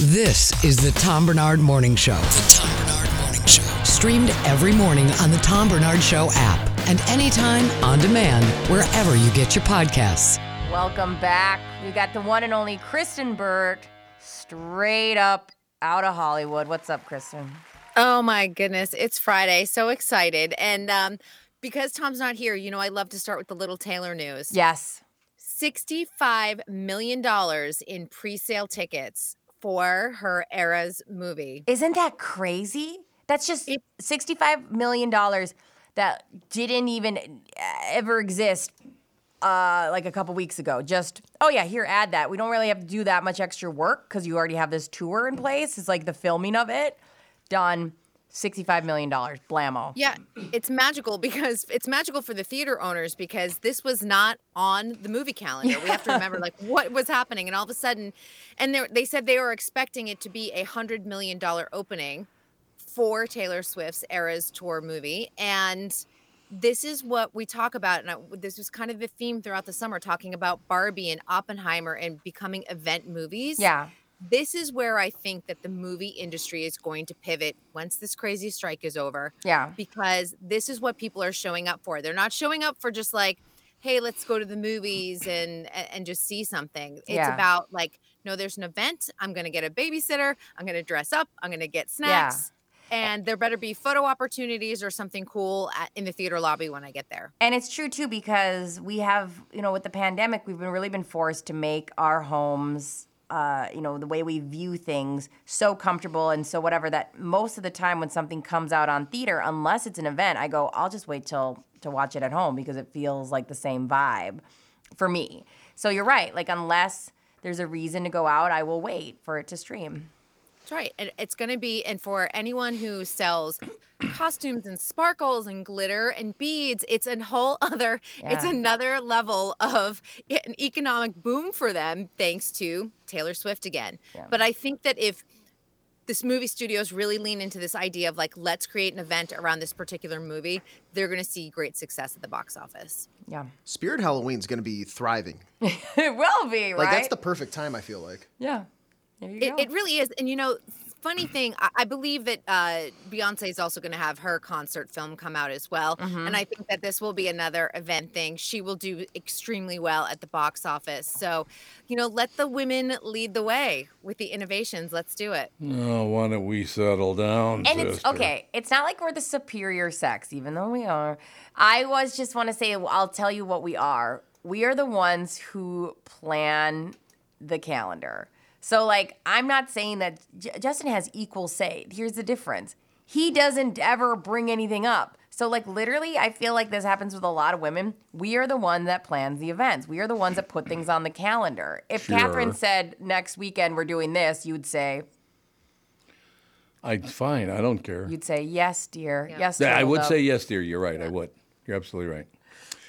This is the Tom Bernard Morning Show. The Tom Bernard Morning Show. Streamed every morning on the Tom Bernard Show app and anytime on demand wherever you get your podcasts. Welcome back. We got the one and only Kristen Burt, straight up out of Hollywood. What's up, Kristen? Oh my goodness, it's Friday. So excited. And um because Tom's not here, you know I love to start with the little Taylor news. Yes. 65 million dollars in pre-sale tickets for her era's movie. Isn't that crazy? That's just It- $65 million that didn't even ever exist uh, like a couple weeks ago. Just, oh yeah, here, add that. We don't really have to do that much extra work because you already have this tour in place. It's like the filming of it. Done. $65 million. Blammo. Yeah, it's magical because it's magical for the theater owners because this was not on the movie calendar. We have to remember like what was happening, and all of a sudden, and they they said they were expecting it to be a hundred million dollar opening for Taylor Swift's Eras Tour movie, and this is what we talk about, and I, this was kind of the theme throughout the summer, talking about Barbie and Oppenheimer and becoming event movies Yeah. this is where I think that the movie industry is going to pivot once this crazy strike is over, Yeah. because this is what people are showing up for. They're not showing up for just like, hey, let's go to the movies and and and just see something. It's Yeah. about like, no, there's an event. I'm gonna get a babysitter. I'm gonna dress up. I'm gonna get snacks. And there better be photo opportunities or something cool at, in the theater lobby when I get there. And it's true too because we have, you know, with the pandemic, we've been really been forced to make our homes, uh, you know, the way we view things so comfortable and so whatever that most of the time when something comes out on theater, unless it's an event, I go, I'll just wait till to watch it at home because it feels like the same vibe for me. So you're right, like unless there's a reason to go out, I will wait for it to stream. That's right. And it's going to be, and for anyone who sells costumes and sparkles and glitter and beads, it's a whole other, it's Yeah. another level of e, an economic boom for them, thanks to Taylor Swift again. But I think that if this movie studios really lean into this idea of like, let's create an event around this particular movie, they're going to see great success at the box office. Yeah. Spirit Halloween's going to be thriving. It will be, right? Like that's the perfect time I feel like. yeah. There you It, go. it really is. And you know, funny thing, I, I believe that uh, Beyonce is also going to have her concert film come out as well. And I think that this will be another event thing. She will do extremely well at the box office. So, you know, let the women lead the way with the innovations. Let's do it. Oh, why don't we settle down? And it's sister? okay. It's not like we're the superior sex, even though we are. I was just want to say, I'll tell you what we are. We are the ones who plan the calendar. So, like, I'm not saying that J- Justin has equal say. Here's the difference he doesn't ever bring anything up. So, like, literally, I feel like this happens with a lot of women. We are the one that plans the events, we are the ones that put things on the calendar. If Catherine Sure. said, next weekend we're doing this, you'd say, I fine. I don't care. You'd say, yes, dear. Yes, Yeah, I Gerald, would though." say yes, dear. You're right. I would. You're absolutely right.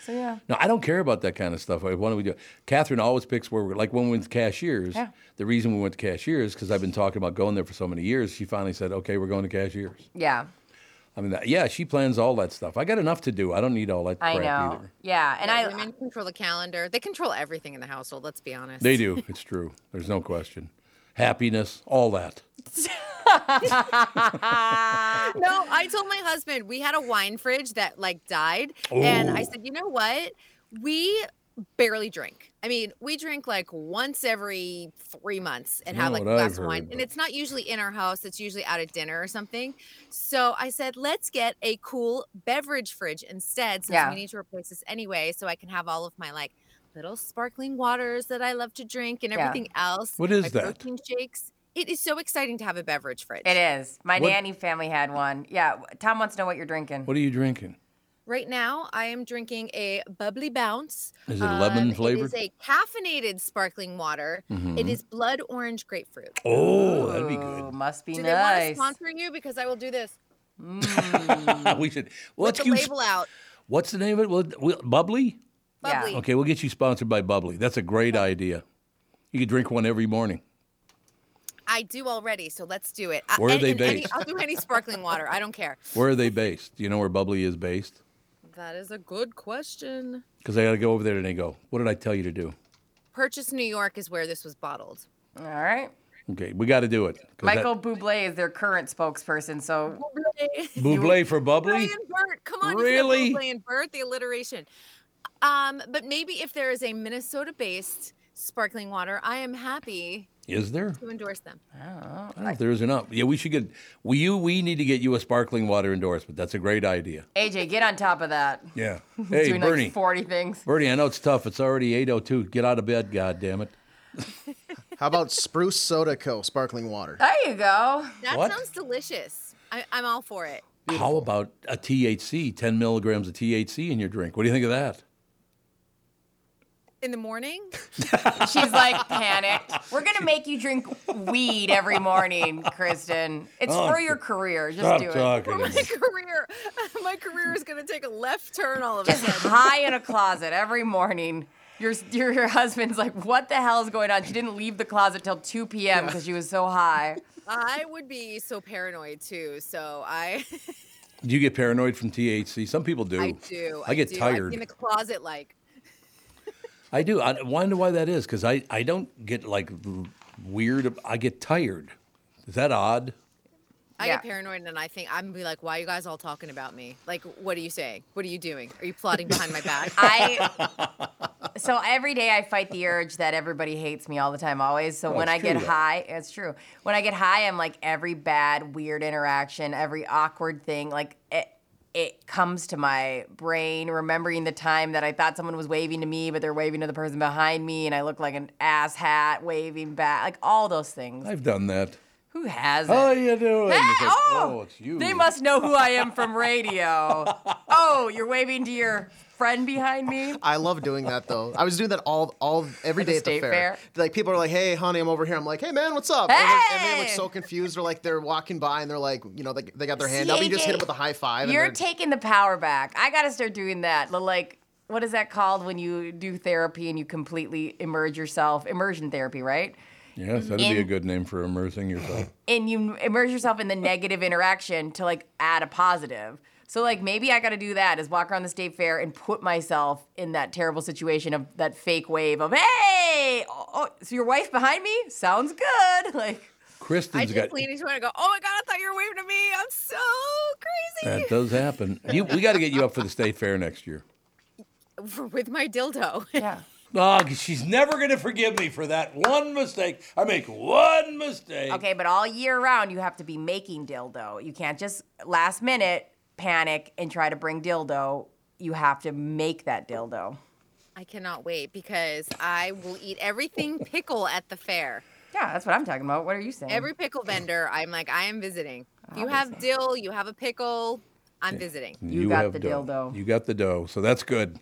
So, yeah. No, I don't care about that kind of stuff. I want to do. Catherine always picks where we're like when we went to cashiers. Yeah. The reason we went to cashiers because I've been talking about going there for so many years. She finally said, "Okay, we're going to cashiers." Yeah. I mean, that, yeah, she plans all that stuff. I got enough to do. I don't need all that I crap know. either. Yeah. And I, women control the calendar. They control everything in the household. Let's be honest. They do. It's true. There's no question. Happiness, all that. No, I told my husband we had a wine fridge that like died, and I said, you know what? We barely drink. I mean, we drink like once every three months and have like Not a what I've glass of wine, heard, and but- it's not usually in our house. It's usually out at dinner or something. So I said, let's get a cool beverage fridge instead, since Yeah. we need to replace this anyway. So I can have all of my like little sparkling waters that I love to drink and Yeah. everything else. What is my that? Protein shakes. It is so exciting to have a beverage fridge. it is. My What- nanny family had one. Yeah. Tom wants to know what you're drinking. What are you drinking? Right now, I am drinking a bubbly bounce. um, Is it Um, lemon flavored? Mm-hmm. It is a caffeinated sparkling water. It is blood orange grapefruit. Oh, that'd be good. Ooh, must be Do they want to nice. sponsor you? Because I will do this. we should. Well, Put let's the you- label out. What's the name of it? Well, we'll- bubbly. Yeah. Bubbly. Okay, we'll get you sponsored by Bubbly. That's a great idea. You could drink one every morning. I do already, so let's do it. I- Where are and- they and any- based? I'll do any sparkling water. I don't care. Where are they based? Do you know where Bubbly is based? That is a good question. Because I got to go over there and they go, What did I tell you to do? Purchase, New York is where this was bottled. All right. Okay, we got to do it. 'Cause that- Michael Bublé is their current spokesperson. So Buble for Bubbly? Bublé and Bert. Come on, You Really? can have Bublé and Bert, the alliteration. Um, but maybe if there is a Minnesota-based sparkling water, I am happy Is there? to endorse them. I don't know if there is or not. Yeah, we should get, we, you, we need to get you a sparkling water endorsement. That's a great idea. AJ, get on top of that. Yeah. Hey, Doing Bernie. like 40 things. Bernie, I know it's tough. It's already 802. Get out of bed, God damn it. How about Spruce Soda Co. sparkling water? There you go. That What? sounds delicious. I, I'm all for it. How about a THC, 10 milligrams of THC in your drink? What do you think of that? In the morning, She's like panicked. We're gonna make you drink weed every morning, Kristen. It's for your career. Just do it. Oh, talking. my career, my career is going to take a left turn all of a Just sudden. high in a closet every morning. Your your, your husband's like, what the hell is going on? She didn't leave the closet till 2 p.m. because she was so high. I would be so paranoid too. So I, Do you get paranoid from THC? Some people do. I do. I get do. I'm tired. in the closet, like I do. I wonder why that is because I, I don't get like l- weird. I get tired. Is that odd? I get Yeah. paranoid and I think I'm gonna be like, why are you guys all talking about me? Like, what are you saying? What are you doing? Are you plotting behind my back? I so every day I fight the urge that everybody hates me all the time, always. So when Oh, it's I get true, though. high, it's true. When I get high, I'm like every bad, weird interaction, every awkward thing, like it. It comes to my brain remembering the time that I thought someone was waving to me, but they're waving to the person behind me, and I look like an ass hat waving back, like all those things. I've done that. Who has it? How you doing? Hey, It's like, oh, oh, it's you. They must know who I am from radio. oh, you're waving to your friend behind me. I love doing that though. I was doing that all all every the day at the state fair. fair? Like people are like, "Hey, honey, I'm over here." I'm like, "Hey, man, what's up?" And they're- And they're like Hey! so confused. They're like, they're walking by and they're like, you know, they, they got their hand up. You just hit them with a high five. You're and they're- taking the power back. I gotta start doing that. The, Like, what is that called when you do therapy and you completely immerse yourself? Immersion therapy, right? Yes, that'd be a good name for immersing yourself. And you immerse yourself in the negative interaction to like add a positive. So like maybe I gotta do that is walk around the state fair and put myself in that terrible situation of that fake wave of hey, oh, oh, so your wife behind me sounds good. Like I Kristen's just got. lean into it and go, oh my god, I thought you were waving to me. I'm so crazy That does happen. You, we got to get you up for the state fair next year. with my dildo. yeah, Oh, 'cause she's never going to forgive me for that one mistake. I make one mistake. Okay, but all year round you have to be making dildo. You can't just last minute panic and try to bring dildo. You have to make that dildo. I cannot wait because I will eat everything pickle at the fair. Yeah, that's what I'm talking about. What are you saying? Every pickle vendor, I'm like, I am visiting. If you have dill, you have a pickle. I'm visiting. You got the dough. dildo. You got the dough, so that's good.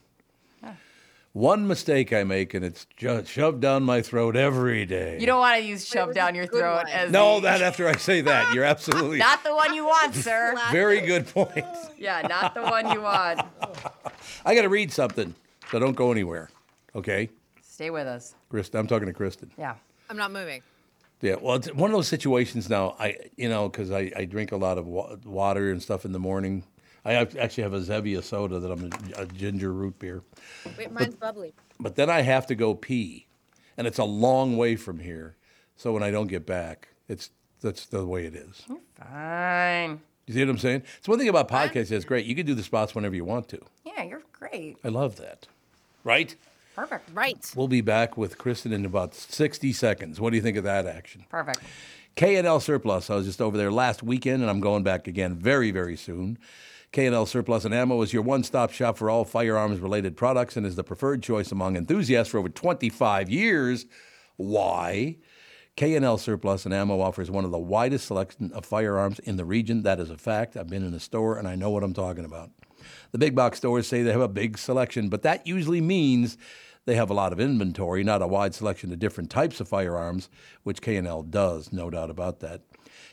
One mistake I make, and it's just shoved down my throat every day. you don't want to use was shove a down your good throat one. as no, the- that after I say that, you're absolutely not the one you want, sir. very good point. yeah, not the one you want. I got to read something, so don't go anywhere. Okay, Stay with us. Kristen, I'm talking to Kristen. Yeah. I'm not moving. Yeah, well, it's one of those situations now. I, you know, because I, I drink a lot of wa- water and stuff in the morning. I have, actually have a Zevia soda that I'm a, a ginger root beer, Wait, mine's bubbly. but then I have to go pee, and it's a long way from here. So when I don't get back, it's that's the way it is. Fine. You see what I'm saying? It's one thing about podcasts that's great. You can do the spots whenever you want to. Yeah, you're great. I love that. Right? Perfect. Right. We'll be back with Kristen in about 60 seconds. What do you think of that action? Perfect. K&L Surplus. I was just over there last weekend, and I'm going back again very, very soon. K&L Surplus and Ammo is your one-stop shop for all firearms-related products and is the preferred choice among enthusiasts for over 25 years. Why? K&L Surplus and Ammo offers one of the widest selection of firearms in the region. That is a fact. I've been in a store, and I know what I'm talking about. The big box stores say they have a big selection, but that usually means they have a lot of inventory, not a wide selection of different types of firearms, which K&L does, no doubt about that.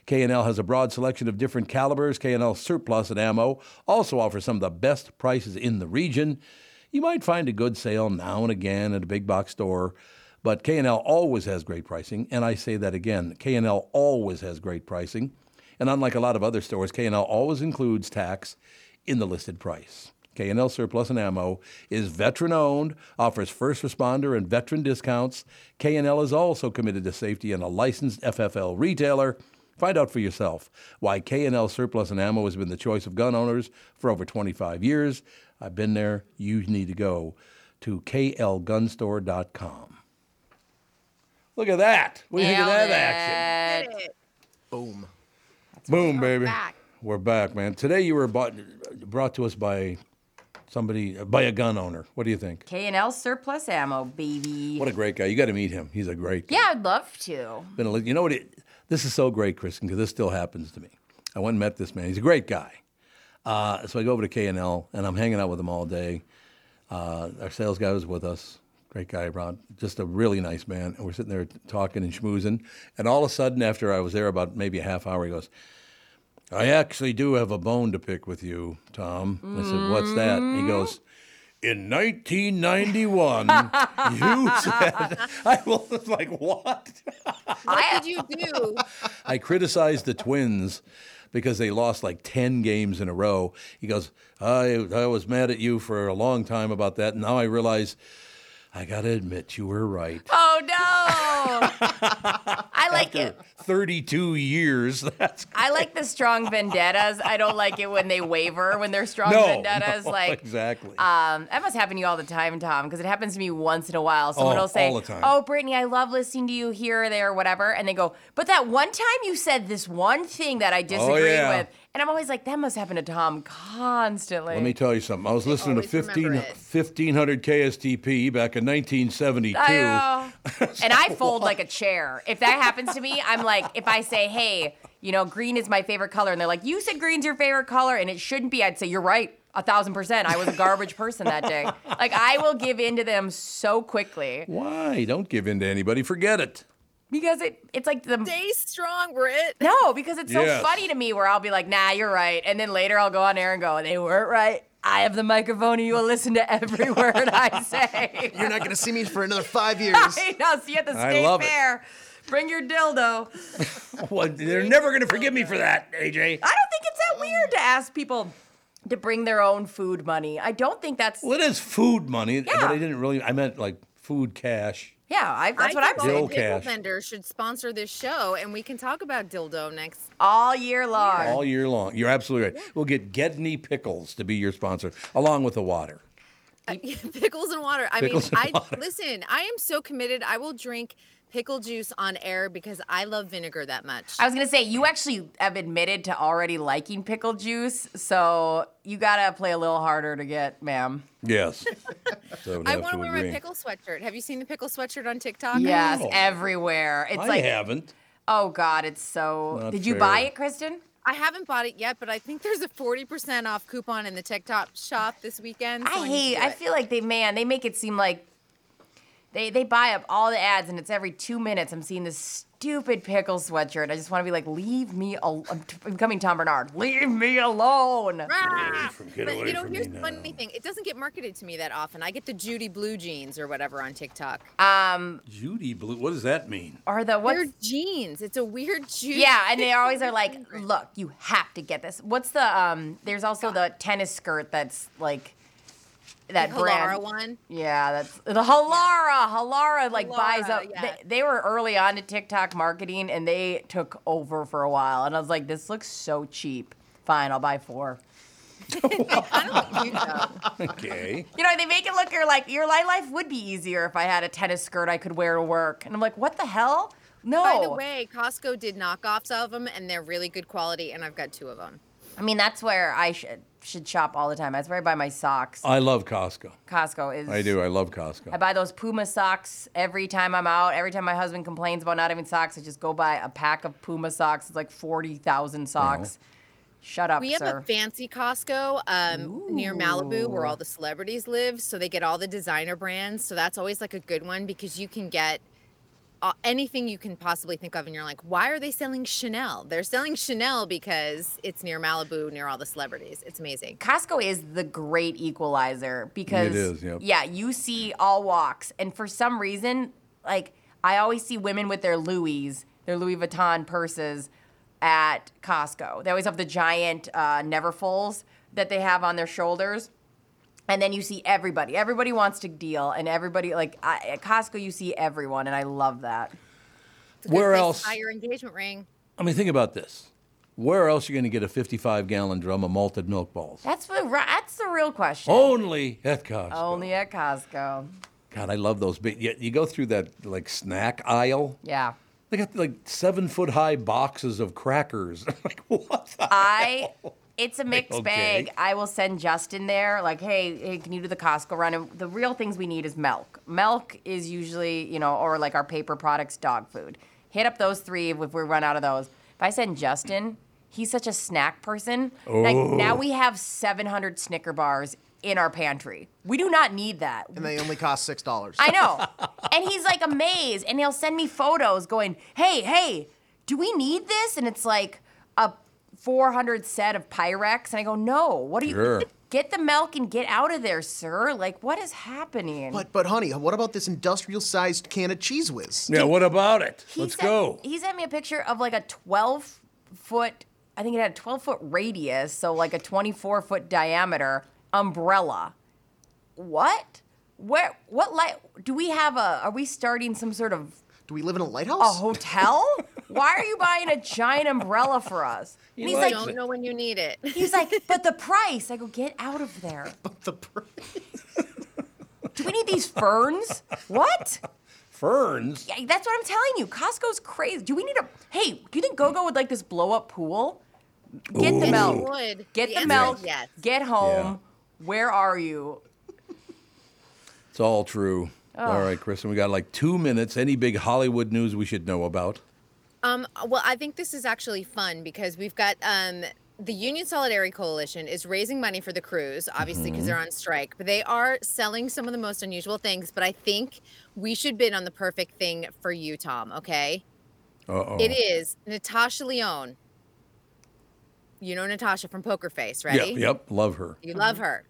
K&L has a broad selection of different calibers. K&L surplus and ammo also offers some of the best prices in the region. You might find a good sale now and again at a big box store, but K&L always has great pricing, and I say that again. K&L always has great pricing. And unlike a lot of other stores, K&L always includes tax in the listed price. K&L Surplus and Ammo is veteran-owned, offers first responder and veteran discounts. K&L is also committed to safety and a licensed FFL retailer. Find out for yourself why K&L Surplus and Ammo has been the choice of gun owners for over 25 years. I've been there. You need to go to klgunstore.com. Look at that. What do you think of that action? action. Boom. Boom, baby. We're back, man. Today you were bought, brought to us by somebody, by a gun owner. What do you think? K&L surplus ammo, baby. What a great guy. You got to meet him. He's a great guy. yeah, I'd love to. Been a li- you know what? It, this is so great, Kristen, because this still happens to me. I went and met this man. He's a great guy. Uh, so I go over to K&L, and I'm hanging out with him all day. Uh, our sales guy was with us. Great guy, Ron. Just a really nice man. And we're sitting there talking and schmoozing. And all of a sudden, after I was there about maybe a half hour, he goes, I actually do have a bone to pick with you, Tom. I said, What's that? He goes, In 1991, you said, I was like, What? What did you do? I criticized the Twins because they lost like 10 games in a row. He goes, I, I was mad at you for a long time about that. Now I realize I got to admit you were right. Oh, no. I like it. 32 years. That's I like the strong vendettas. I don't like it when they waver when they're strong no, vendettas. no, like exactly. Um, that must happen to you all the time, Tom, because it happens to me once in a while. Someone Oh, will say, all the time. "Oh, Brittany, I love listening to you here, there, whatever," and they go, "But that one time you said this one thing that I disagreed Oh, yeah. with," and I'm always like, "That must happen to Tom constantly." Let me tell you something. I was listening to always remember 15, it. 1500 KSTP back in 1972. I uh, know. and I fold like a chair. If that happens to me, I'm like, if I say, hey, you know, green is my favorite color, and they're like, you said green's your favorite color, and it shouldn't be, I'd say, you're right. A thousand percent. I was a garbage person that day. Like, I will give in to them so quickly Why? Don't give in to anybody. Forget it. because it, it's like the. Stay strong, Brit. No, because it's so Yes. funny to me where I'll be like, nah, you're right. And then later I'll go on air and go, they weren't right. I have the microphone and you will listen to every word I say. You're not going to see me for another five years. Right? I'll see you at the I state love it. fair. Bring your dildo. Well, they're never going to forgive me for that, AJ. I don't think it's that weird to ask people to bring their own food money. I don't think that's Well, it is food money, but Yeah. I didn't really. I meant like food cash. yeah. I, that's what I I'm think Dildo saying all pickle cash. vendors should sponsor this show, and we can talk about dildo next. all year long. all year long. You're absolutely right. We'll get Gedney Pickles to be your sponsor, along with the water. pickles and water. I Pickles and mean, I water. listen. I am so committed. I will drink pickle juice on air because I love vinegar that much. I was gonna say you actually have admitted to already liking pickle juice, so you gotta play a little harder to get, ma'am. Yes. So I, would I have want to wear agree. my pickle sweatshirt. Have you seen the pickle sweatshirt on TikTok? Yes, everywhere. It's I like haven't. oh god, it's so. Not Did you buy fair. it, Kristen? I haven't bought it yet, but I think there's a 40% off coupon in the TikTok shop this weekend. so I need to hate. do I it. feel like they man, they make it seem like they they buy up all the ads, and it's every two minutes. I'm seeing this stupid pickle sweatshirt. I just want to be like, leave me alone. I'm t- I'm becoming Tom Bernard. Leave me alone. Ah! from- get But away you know, from here's me the now. funny thing. It doesn't get marketed to me that often. I get the Judy blue jeans or whatever on TikTok. Judy Blue. What does that mean? Or Um, the what's They're jeans. It's a weird Judy. Yeah, and they always are like, look, you have to get this. What's the um there's also the tennis skirt that's like that brand. Halara one. Yeah, that's the Halara. Halara like buys Halara, up. yeah. They, they were early on to TikTok marketing and they took over for a while. And I was like, this looks so cheap. Fine, I'll buy four. Okay. You know, they make it look you're like your li- life would be easier if I had a tennis skirt I could wear to work. And I'm like, what the hell? No. By the way, Costco did knockoffs of them, and they're really good quality. And I've got two of them. I mean, that's where I should should shop all the time. That's where I buy my socks. I love Costco. Costco is Oh. I do. I love I Costco. buy those Puma socks every time I'm out. Every time my husband complains about not having socks, I just go buy a pack of Puma socks. It's like 40,000 socks. Shut up, We have sir. a fancy Costco um, near Malibu where all the celebrities live, so they get all the designer brands. So that's always like a good one because you can get uh, anything you can possibly think of, and you're like, why are they selling Chanel? They're selling Chanel because it's near Malibu, near all the celebrities. It's amazing. Costco is the great equalizer because is, yep. yeah, you see all walks, and for some reason, like I always see women with their Louis, their Louis Vuitton purses at Costco. They always have the giant uh, Neverfulls that they have on their shoulders. And then you see everybody. Everybody wants to deal, and everybody like I, at Costco, you see everyone, and I love that. Where Place to else? Buy your engagement ring. I mean, think about this. Where else are you going to get a 55 gallon drum of malted milk balls? That's the ri- that's the real question. Only at Costco. Only at Costco. God, I love those big. You, you go through that like snack aisle. Yeah. They got like seven foot high boxes of crackers. like what? Uh, The I. It's a mixed Okay. bag. I will send Justin there. Like, hey, hey, can you do the Costco run? And the real things we need is milk. Milk is usually, you know, or like our paper products, dog food. Hit up those three if we run out of those. If I send Justin, he's such a snack person. Like now we have 700 Snicker bars in our pantry. We do not need that. and they only cost six dollars. I know. And he's like amazed, and he'll send me photos going, "Hey, hey, do we need this?" And it's like a 400 set of Pyrex, and I go, "No, what do you Sure. get the milk and get out of there, sir? Like, what is happening?" But but honey, what about this industrial-sized can of Cheese Whiz? yeah. What about it? He Let's sent- go. He sent me a picture of like a 12 foot, I think it had a 12 foot radius, so like a 24 foot diameter umbrella. What? Where? What light? Do we have a? Are we starting some sort of Do we live in a a lighthouse? hotel? Why are you buying a giant umbrella for us? And he's You like, don't know when you need it. he's like, but the price. I go, get out of there. The pr- Do we need these ferns? What? Ferns. Yeah, that's what I'm telling you. Costco's crazy. Do we need a? Hey, do you think GoGo would like this blow up pool? Get the milk. Would. Get the answer is milk. Yes. Get home. Where are you? It's all true. All right, Kristen. We got like two minutes. Any big Hollywood news we should know about? Um, well, I think this is actually fun because we've got um, the Union Solidarity Coalition is raising money for the crews, obviously because they're on strike, but they are selling some of the most unusual things. But I think we should bid on the perfect thing for you, Tom. Okay, Uh oh. it is Natasha Leone. You know Natasha from Poker Face, right? Yep. Yep. Love her. You love her.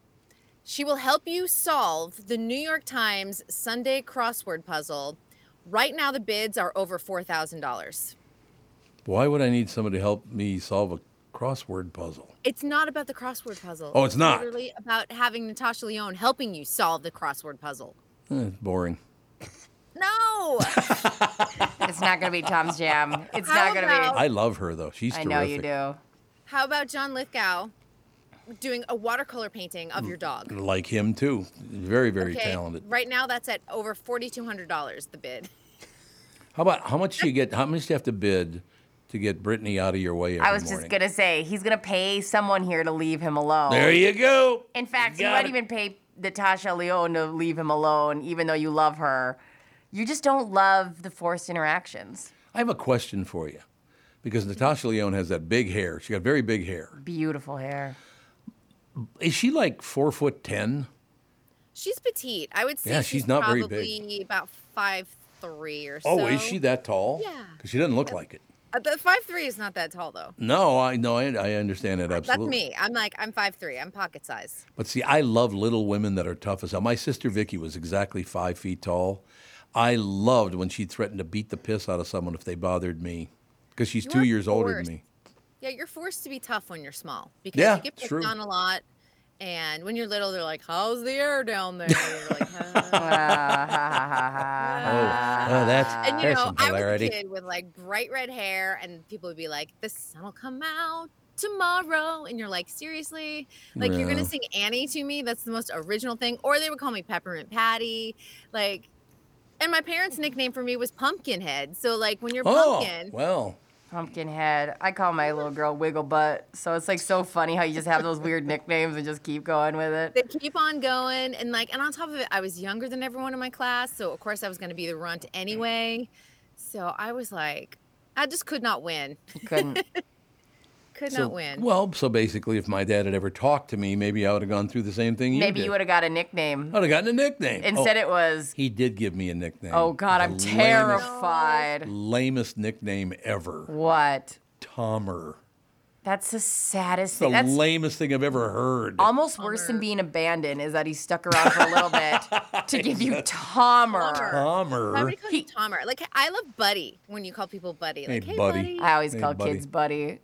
She will help you solve the New York Times Sunday crossword puzzle. Right now, the bids are over four thousand dollars. Why would I need somebody to help me solve a crossword puzzle? It's not about the crossword puzzle. Oh, it's not? Literally about having Natasha Leone helping you solve the crossword puzzle. Eh, it's boring. No, It's not gonna be Tom's jam. It's How not gonna be. about- I love her though. She's I terrific. know you do. how about John Lithgow doing a watercolor painting of your dog? Like him too. Very Mm, very talented. Right now, that's at over forty-two hundred dollars the bid. How about how much do you get? How much do you have to bid to get Brittany out of your way every I was morning? just gonna say he's gonna pay someone here to leave him alone. There you go. Oh. In fact, you, got might it. even pay Natasha Leone to leave him alone, even though you love her. You just don't love the forced interactions. I have a question for you, because Natasha Leone has that big hair. She got very big hair. Beautiful hair. Is she like four foot ten? She's petite. I would say Yeah, she's not very big. probably about five three or Oh, so. is she that tall? Yeah. Because she doesn't look like it. Uh, The five three is not that tall though. No, I no, I, I understand that absolutely. That's me. I'm like I'm five three. I'm pocket size. But see, I love little women that are tough as hell. My sister Vicky was exactly five feet tall. I loved when she threatened to beat the piss out of someone if they bothered me, because she's You two are years older forced. than me. Yeah, you're forced to be tough when you're small because Yeah, you get it's picked true. on a lot. And when you're little, they're like, "How's the air down there?" And you're like, "Ah." oh, that's And you there's know, some I was hilarity. a kid with like bright red hair, and people would be like, "The sun will come out tomorrow," and you're like, "Seriously? Like you're Yeah. gonna sing Annie to me? That's the most original thing." Or they would call me Peppermint Patty, like. And my parents' nickname for me was Pumpkinhead. So like when you're oh, pumpkin, well, Pumpkin head. I call my little girl Wiggle Butt. So it's like so funny how you just have those weird nicknames and just keep going with it. they keep on going and like and on top of it i was younger than everyone in my class so of course i was going to be the runt anyway so i was like i just could not win Couldn't. could so, not win well, so basically, if my dad had ever talked to me, maybe I would have gone through the same thing. Maybe you, you would have got a nickname. I would have gotten a nickname. Instead, oh, it was, he did give me a nickname. oh God, The I'm lamest- terrified. Lamest nickname ever, What? Tomer. That's the saddest The thing. That's lamest thing I've ever heard. almost worse than being abandoned is that he stuck around for a little bit to give you Tomer. Why Tomer. would you call me Tomer? Like I love Buddy when you call people Buddy. Like, Hey, hey, buddy. buddy. I always Hey, call buddy. kids buddy.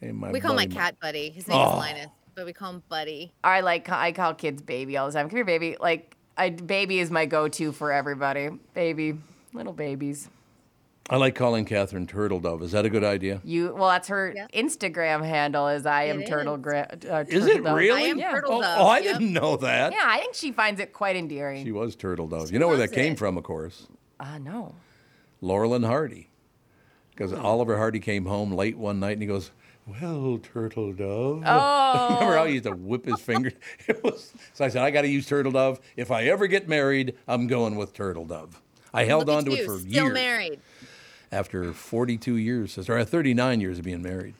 Hey, my We call my buddy. cat Buddy. His name is Linus, but we call him Buddy. I like I call kids baby all the time. Come here, baby. Like I, baby is my go-to for everybody. Baby, little babies. I like calling Catherine Turtle Dove. Is that a good idea? You well, that's her Instagram handle is I am It turtle. is. Gra- uh, Is Turtle it Dove. really? I am Yeah. Turtle oh, Dove, oh, I yep. didn't know that. Yeah, I think she finds it quite endearing. She was Turtle Dove. You know where that loves came it. from, of course. Ah, no. Laurel Hardy. Because Hmm. Oliver Hardy came home late one night and he goes, Well, Turtle Dove. Oh. Remember how he used to whip his finger? It was, so I said, I got to use Turtle Dove. If I ever get married, I'm going with Turtle Dove. I held Look on at to it you, for still years. married. After 42 years, sister, or 39 years of being married.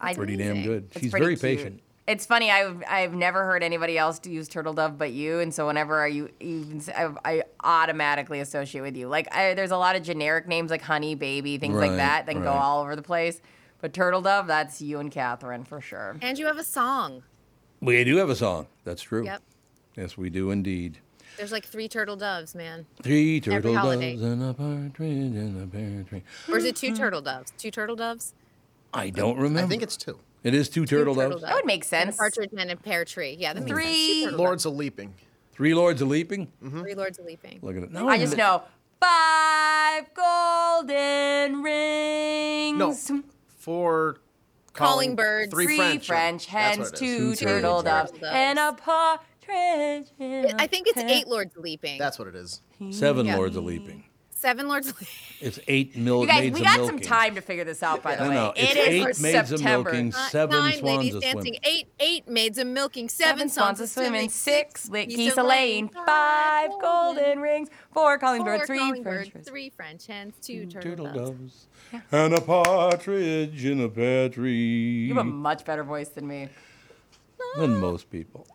I, Pretty damn good. It's She's pretty very cute. patient. It's funny. I've I've never heard anybody else to use turtle dove but you, and so whenever I you even say- I, I automatically associate with you. Like I, there's a lot of generic names like honey, baby, things Right, like that that can go right. all over the place. But turtle dove, that's you and Catherine for sure. And you have a song. We do have a song. That's true. Yep. Yes, we do indeed. There's like three turtle doves, man. Three turtle holiday. doves and a partridge and a pear tree. Or is it Mm-hmm. two turtle doves? Two turtle doves? I don't remember. I think it's two. it is two turtle turtle doves. doves. That would make And a sense. partridge and a pear tree. Yeah, Mm-hmm. that makes sense. Two Three. turtle doves, Lords of Leaping. Three lords a leaping. Three lords of leaping. Look at it. No, I just know five golden rings. No, four. Calling birds. Three, Three French, French, That's hens, what it is. two, Two turtle turtle doves, doves. and a partridge. in a I think it's pear- eight lords of leaping. That's what it is. Seven Yeah. lords a leaping. seven lords of leaping. It's eight mil- You guys, maids we a got some milking. time to figure this out, by the No, way. no, it's it is eight for maids a September. milking, Not seven nine swans ladies a dancing, swimming. eight eight maids a milking, Seven seven, swans a swimming, six lit geese geese a laying, five golden rings, four calling four birds, three calling French birds, birds. three French hens, two turtle, Mm, Turtle doves. doves and a partridge in a pear tree. You have a much better voice than me, Than most people.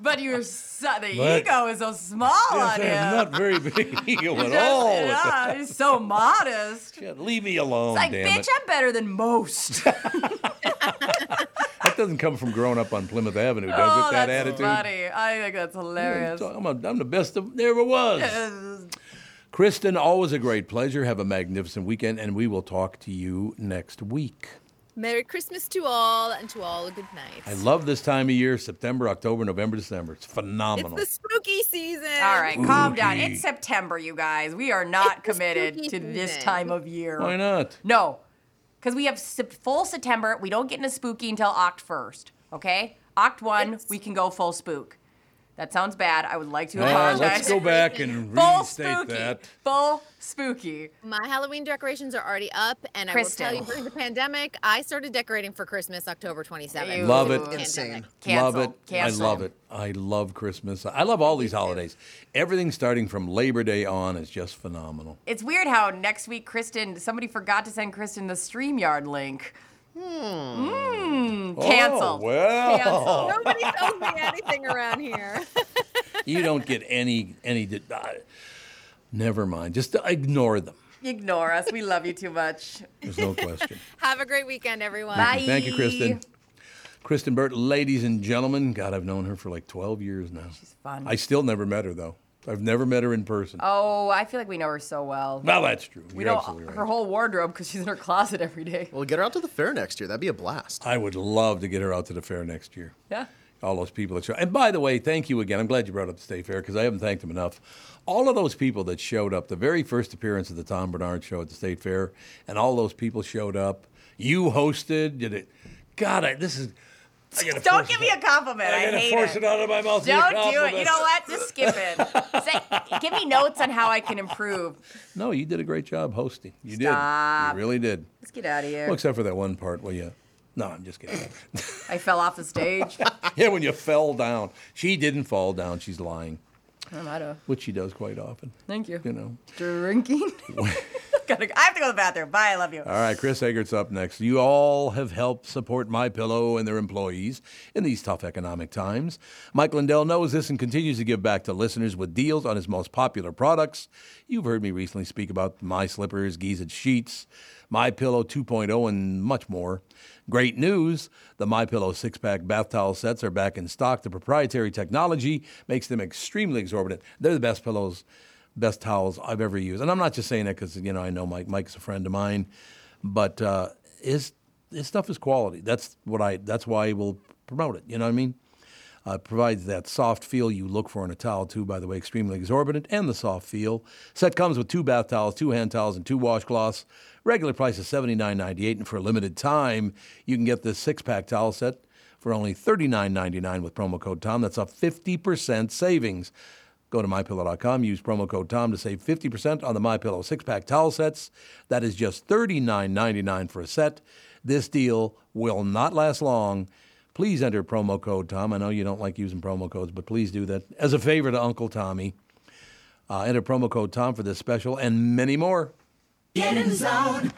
but you're so, the But- ego is so small Yes, on I am him. not very big ego at Just- all. yeah, he's so modest. Yeah, leave me alone, Like, damn bitch, it. I'm better than most. That doesn't come from growing up on Plymouth Avenue, does oh, it? That that's attitude. funny. I think that's Yeah, hilarious. so I'm, a, I'm the best of, there ever was. Kristen, always a great pleasure. Have a magnificent weekend, and we will talk to you next week. Merry Christmas to all and to all a good night. I love this time of year September, October, November, December. It's it's phenomenal. the spooky season. All right, calm down. Spooky. It's September, you guys. We are not It's the committed to spooky this season. time of year. Why not? No, because we have sep- full September. We don't get into spooky until Oct 1st, okay? Oct 1, we can go full spook. That sounds bad. I would like to Uh, apologize. let's go back and full restate spooky. that. Full spooky. My Halloween decorations are already up, and I will Kristen. tell you during the pandemic, I started decorating for Christmas October 27th. Love it. Ooh. Insane. Cancel. Love it. Cancel. I love it. I love Christmas. I love all these holidays. Everything starting from Labor Day on is just phenomenal. It's weird how next week, Kristen, somebody forgot to send Kristen the StreamYard link. Hmm. Canceled. Oh, well. Canceled. Nobody tells me anything around here. you don't get any any. di- Uh, never mind. Just ignore them. Ignore us. We love you too much. There's no question. Have a great weekend, everyone. Bye. Thank you, Kristen. Kristen Burt, ladies and gentlemen. God, I've known her for like 12 years now. She's fun. I still never met her though. I've never met her in person. Oh, I feel like we know her so well. Well, that's true. We You're know absolutely right. her whole wardrobe because she's in her closet every day. Well, get her out to the fair next year. That'd be a blast. I would love to get her out to the fair next year. Yeah. All those people that show. And by the way, thank you again. I'm glad you brought up the State Fair because I haven't thanked them enough. All of those people that showed up, the very first appearance of the Tom Bernard show at the State Fair, and all those people showed up. You hosted. Did it? God, I, this is. I gotta Don't force give it me a out. compliment. I, I gotta hate force it. it. out of my mouth. as a Don't do it. You compliment. know what? Just skip it. Say, give me notes on how I can improve. No, you did a great job hosting. You Stop. did. You really did. Let's get out of here. Well, except for that one part. Well, yeah. No, I'm just kidding. I fell off the stage. yeah, when you fell down. She didn't fall down. She's lying, I might have. which she does quite often. Thank you. You know. Drinking. Gotta go. I have to go to the bathroom. Bye. I love you. All right, Chris Eggert's up next. You all have helped support My Pillow and their employees in these tough economic times. Mike Lindell knows this and continues to give back to listeners with deals on his most popular products. You've heard me recently speak about My Slippers, Giza Sheets, My Pillow 2.0, and much more. Great news! The My Pillow six-pack bath towel sets are back in stock. The proprietary technology makes them extremely exorbitant. They're the best pillows best towels I've ever used. And I'm not just saying that because you know I know Mike. Mike's a friend of mine, but uh, his his stuff is quality. That's what I. That's why I will promote it. You know what I mean? Uh, it provides that soft feel you look for in a towel, too, by the way, extremely exorbitant, and the soft feel. Set comes with two bath towels, two hand towels, and two washcloths. Regular price is $79.98, and for a limited time, you can get this six pack towel set for only $39.99 with promo code TOM. That's up 50% savings. Go to mypillow.com, use promo code TOM to save 50% on the MyPillow six pack towel sets. That is just $39.99 for a set. This deal will not last long. Please enter promo code Tom. I know you don't like using promo codes, but please do that as a favor to Uncle Tommy. Uh, enter promo code Tom for this special and many more. Welcome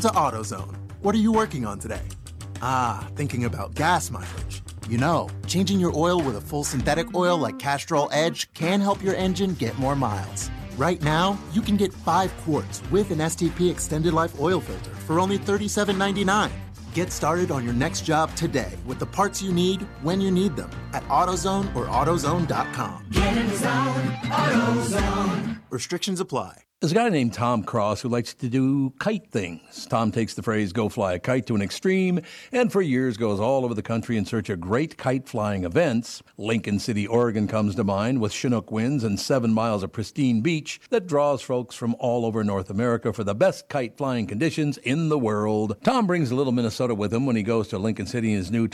to AutoZone. What are you working on today? Ah, thinking about gas mileage. You know, changing your oil with a full synthetic oil like Castrol Edge can help your engine get more miles. Right now, you can get 5 quarts with an STP extended life oil filter for only $37.99. Get started on your next job today with the parts you need when you need them at AutoZone or AutoZone.com. Restrictions apply. There's a guy named Tom Cross who likes to do kite things. Tom takes the phrase go fly a kite to an extreme and for years goes all over the country in search of great kite flying events. Lincoln City, Oregon comes to mind with Chinook winds and seven miles of pristine beach that draws folks from all over North America for the best kite flying conditions in the world. Tom brings a little Minnesota with him when he goes to Lincoln City in his new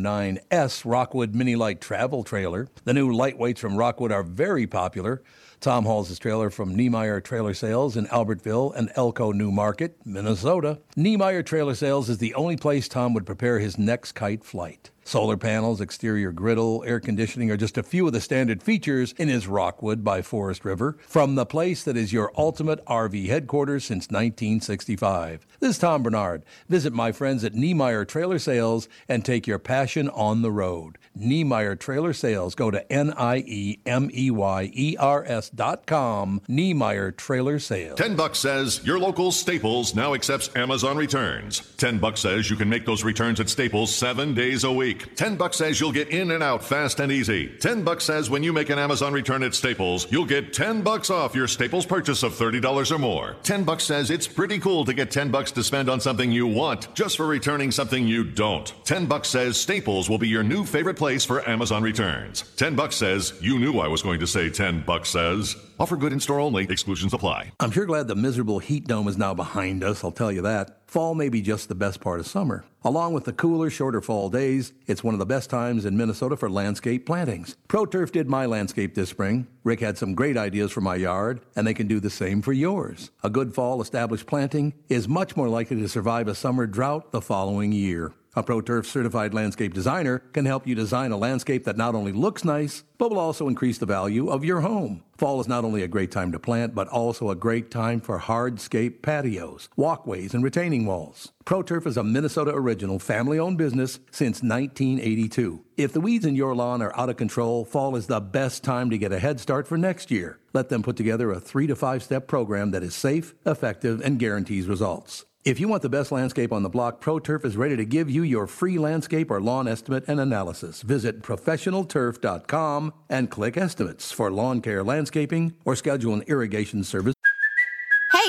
2109S Rockwood Mini Light Travel Trailer. The new lightweights from Rockwood are very popular. Tom hauls his trailer from Niemeyer Trailer Sales in Albertville and Elko New Market, Minnesota. Niemeyer Trailer Sales is the only place Tom would prepare his next kite flight. Solar panels, exterior griddle, air conditioning are just a few of the standard features in his Rockwood by Forest River, from the place that is your ultimate RV headquarters since 1965. This is Tom Bernard. Visit my friends at Niemeyer Trailer Sales and take your passion on the road. Niemeyer Trailer Sales. Go to N I E M E Y E R S dot com. Niemeyer Trailer Sales. 10 Bucks says your local Staples now accepts Amazon returns. 10 Bucks says you can make those returns at Staples seven days a week. 10 Bucks says you'll get in and out fast and easy. 10 Bucks says when you make an Amazon return at Staples, you'll get 10 bucks off your Staples purchase of $30 or more. 10 Bucks says it's pretty cool to get 10 bucks to spend on something you want just for returning something you don't. 10 Bucks says Staples will be your new favorite place for Amazon returns. 10 Bucks says you knew I was going to say 10 Bucks says. Offer good in store only. Exclusions apply. I'm sure glad the miserable heat dome is now behind us, I'll tell you that. Fall may be just the best part of summer. Along with the cooler, shorter fall days, it's one of the best times in Minnesota for landscape plantings. ProTurf did my landscape this spring. Rick had some great ideas for my yard, and they can do the same for yours. A good fall established planting is much more likely to survive a summer drought the following year. A ProTurf certified landscape designer can help you design a landscape that not only looks nice, but will also increase the value of your home. Fall is not only a great time to plant, but also a great time for hardscape patios, walkways, and retaining walls. ProTurf is a Minnesota original family owned business since 1982. If the weeds in your lawn are out of control, fall is the best time to get a head start for next year. Let them put together a three to five step program that is safe, effective, and guarantees results. If you want the best landscape on the block, ProTurf is ready to give you your free landscape or lawn estimate and analysis. Visit professionalturf.com and click estimates for lawn care, landscaping, or schedule an irrigation service. Hey,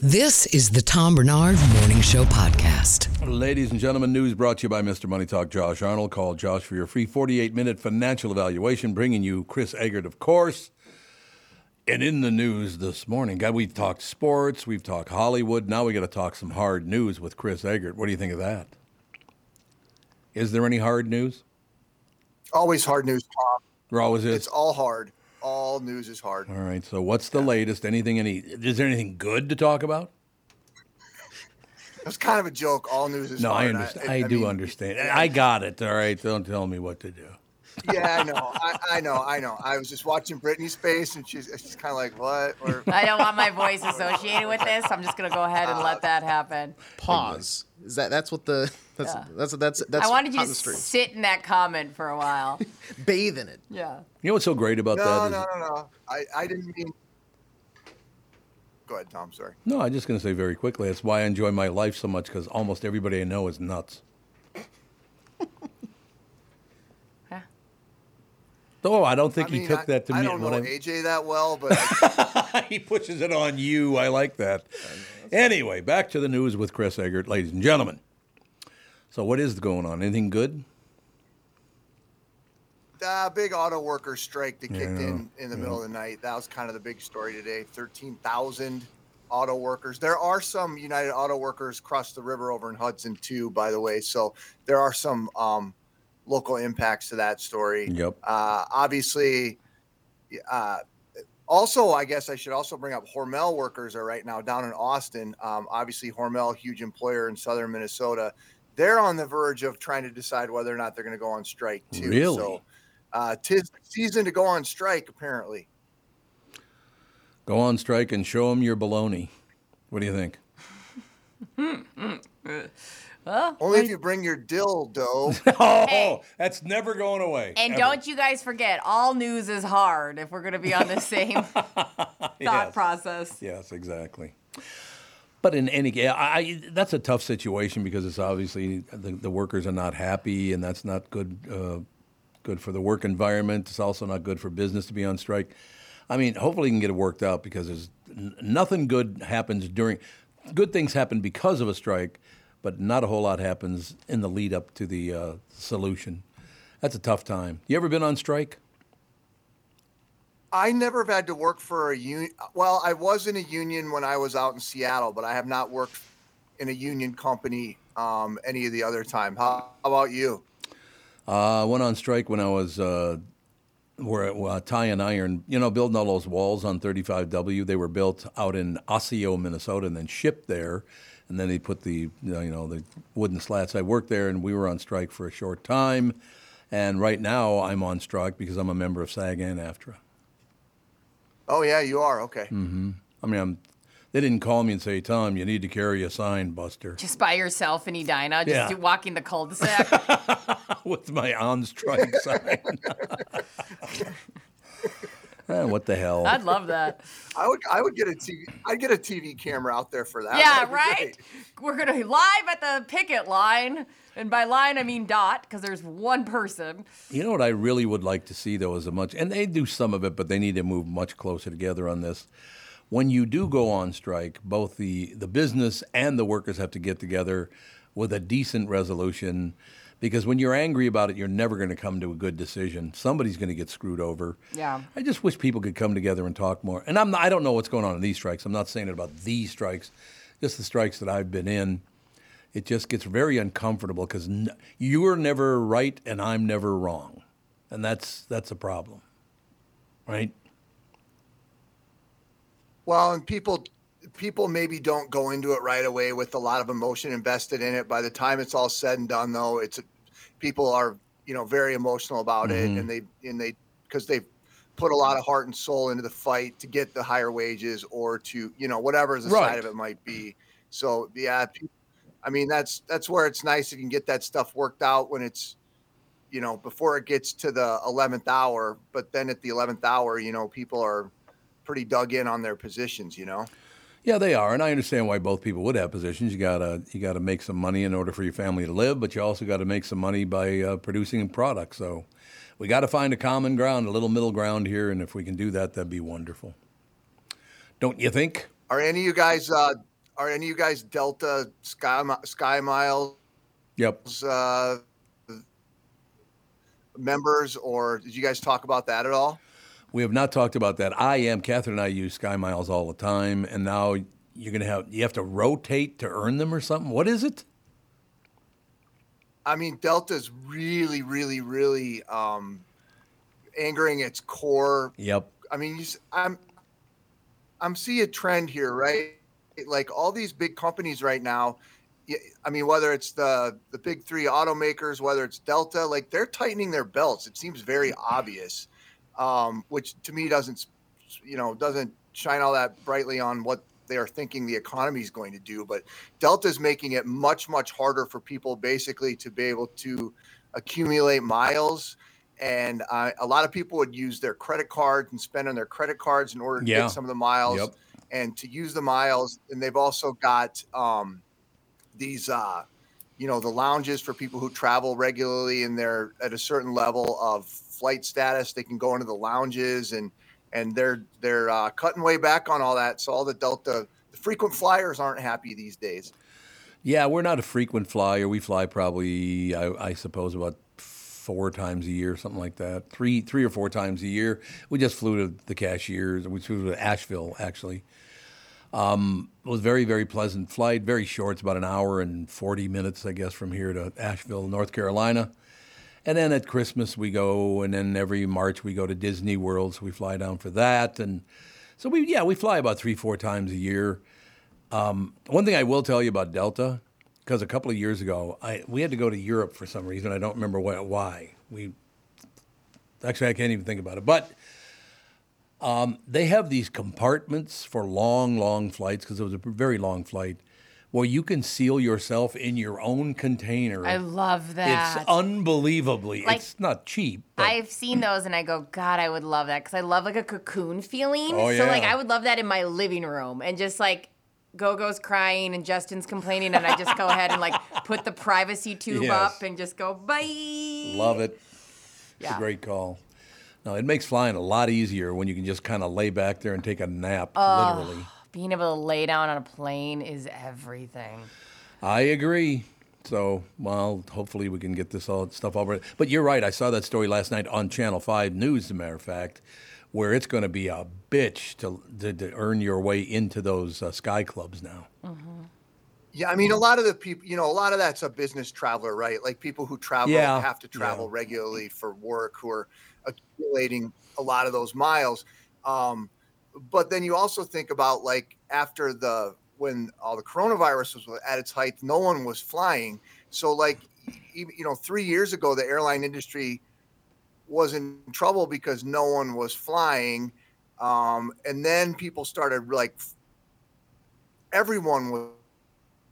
This is the Tom Bernard Morning Show podcast. Ladies and gentlemen, news brought to you by Mr. Money Talk Josh Arnold. Call Josh for your free 48 minute financial evaluation, bringing you Chris Eggert, of course. And in the news this morning, God, we've talked sports, we've talked Hollywood. Now we got to talk some hard news with Chris Eggert. What do you think of that? Is there any hard news? Always hard news, Tom. There always is. It's all hard. All news is hard. All right. So, what's the latest? Anything? Any? Is there anything good to talk about? It was kind of a joke. All news is No, hard. I understand. I, I do mean, understand. I got it. All right. Don't tell me what to do. Yeah, I know. I, I know. I know. I was just watching Britney's face, and she's she's kind of like, "What?" Or, I don't want my voice associated with this. I'm just gonna go ahead and let that happen. Pause. Is that that's what the that's that's that's that's I wanted you on to the street. sit in that comment for a while. Bathe in it. Yeah. You know what's so great about that? no, is- no, no, no. I, I didn't mean. Go ahead, Tom. Sorry. No, I'm just going to say very quickly. That's why I enjoy my life so much because almost everybody I know is nuts. Yeah. Oh, I don't think I he mean, took I- that to I mean don't know what I- AJ that well, but he pushes it on you. I like that. Anyway, back to the news with Chris Eggert, ladies and gentlemen. So, what is going on? Anything good? uh, big auto worker strike that Yeah, I kicked in know, in the yeah. middle of the night. That was kind of the big story today. Thirteen thousand auto workers. There are some United Auto Workers across the river over in Hudson too, by the way. So there are some um, local impacts to that story. Yep. Uh, obviously, uh, also, I guess I should also bring up Hormel workers are right now down in Austin. Um, obviously, Hormel, huge employer in southern Minnesota. They're on the verge of trying to decide whether or not they're going to go on strike too. Really? So, uh, tis the season to go on strike apparently. Go on strike and show them your baloney. What do you think? Only if you bring your dildo. Oh, that's never going away. And ever. don't you guys forget, all news is hard if we're gonna be on the same thought Yes. process. Yes, exactly. But in any case, I, I, that's a tough situation because it's obviously the, the workers are not happy, and that's not good. Uh, good for the work environment. It's also not good for business to be on strike. I mean, hopefully, you can get it worked out because there's n- nothing good happens during. Good things happen because of a strike, but not a whole lot happens in the lead up to the uh, solution. That's a tough time. You ever been on strike? I never have had to work for a union. Well, I was in a union when I was out in Seattle, but I have not worked in a union company um, any of the other time. How, how about you? Uh, I went on strike when I was uh, where uh, tie and iron, you know, building all those walls on 35W. They were built out in Osseo, Minnesota, and then shipped there. And then they put the you know, you know the wooden slats. I worked there, and we were on strike for a short time. And right now, I'm on strike because I'm a member of SAG and AFTRA. Oh yeah, you are okay. I mean, I'm, they didn't call me and say, Tom, you need to carry a sign, Buster, Just by yourself in Edina, just Yeah. do- walking the cul-de-sac. with my on strike sign. Eh, what the hell? I'd love that. I would I would get a TV I'd get a TV camera out there for that. Yeah, That'd be right? great. We're going to be live at the picket line. And by line, I mean dot, because there's one person. You know what I really would like to see though is a much, and they do some of it, but they need to move much closer together on this. When you do go on strike, both the the business and the workers have to get together with a decent resolution because when you're angry about it, you're never going to come to a good decision. Somebody's going to get screwed over. Yeah. I just wish people could come together and talk more. And I'm not, I don't know what's going on in these strikes. I'm not saying it about these strikes, just the strikes that I've been in. It just gets very uncomfortable because n- you're never right and I'm never wrong, and that's that's a problem, right? Well, and Um, people people maybe don't go into it right away with a lot of emotion invested in it. By the time it's all said and done, though, it's people are you know very emotional about Mhm. it, and they and they because they've put a lot of heart and soul into the fight to get the higher wages or to you know whatever the Right. side of it might be. So yeah, pe- I mean that's that's where it's nice if you can get that stuff worked out when it's you know before it gets to the 11th hour but then at the 11th hour you know people are pretty dug in on their positions you know Yeah, they are, and I understand why both people would have positions. You gotta you gotta make some money in order for your family to live, but you also got to make some money by uh, producing a product. So we got to find a common ground, a little middle ground here, and if we can do that, that'd be wonderful. Don't you think? Are any of you guys uh, are any of you guys Delta Sky Mi- Sky Miles Yep. uh, members, or did you guys talk about that at all? We have not talked about that. I am Catherine and I use Sky Miles all the time, and now you're gonna have you have to rotate to earn them or something. What is it? I mean, Delta's really, really, really um, angering its core. Yep. I mean, you, s- I'm I'm seeing a trend here, right? Like all these big companies right now. y- I mean, whether it's the the big three automakers, whether it's Delta, like they're tightening their belts. It seems very obvious, um, which to me doesn't, s- you know, doesn't shine all that brightly on what they are thinking the economy is going to do. But Delta's making it much much harder for people basically to be able to accumulate miles. And uh, a lot of people would use their credit cards and spend on their credit cards in order to Yeah. get some of the miles Yep. and to use the miles. And they've also got um, these, uh, you know, the lounges for people who travel regularly and they're at a certain level of flight status. They can go into the lounges and and they're they're uh, cutting way back on all that. So all the Delta, the frequent flyers aren't happy these days. Yeah, we're not a frequent flyer. We fly probably, I, I suppose, about four times a year, something like that. Three, three or four times a year. We just flew to the cashiers. We flew to Asheville, actually. Um, it was very, very pleasant flight. Very short. It's about an hour and forty minutes, I guess, from here to Asheville, North Carolina. And then at Christmas we go, and then every March we go to Disney World, so we fly down for that. And so we, yeah, we fly about three, four times a year. Um, one thing I will tell you about Delta, because a couple of years ago, I, we had to go to Europe for some reason. I don't remember wh- why. We actually, I can't even think about it. But um, they have these compartments for long, long flights because it was a very long flight, where you can seal yourself in your own container. I love that. It's unbelievably. Like- it's not cheap. I've seen those and I go, God, I would love that because I love like a cocoon feeling. Oh, So like yeah. I would love that in my living room and just like Gogo's crying and Justin's complaining and I just go ahead and like put the privacy tube Yes. up and just go bye. Love it. It's Yeah. a great call. No, it makes flying a lot easier when you can just kind of lay back there and take a nap, Oh. literally. Being able to lay down on a plane is everything. I agree. So, well, hopefully we can get this all stuff over. But you're right. I saw that story last night on Channel 5 News, as a matter of fact, where it's going to be a bitch to, to, to earn your way into those uh, sky clubs now. Yeah, I mean, a lot of the people, you know, a lot of that's a business traveler, right? Like people who travel Yeah, have to travel regularly for work, who are accumulating a lot of those miles. Um, but then you also think about like after the uh, when all the coronavirus was at its height, no one was flying. So like, e-, even, you know, three years ago, the airline industry was in trouble because no one was flying, um, and then people started like everyone was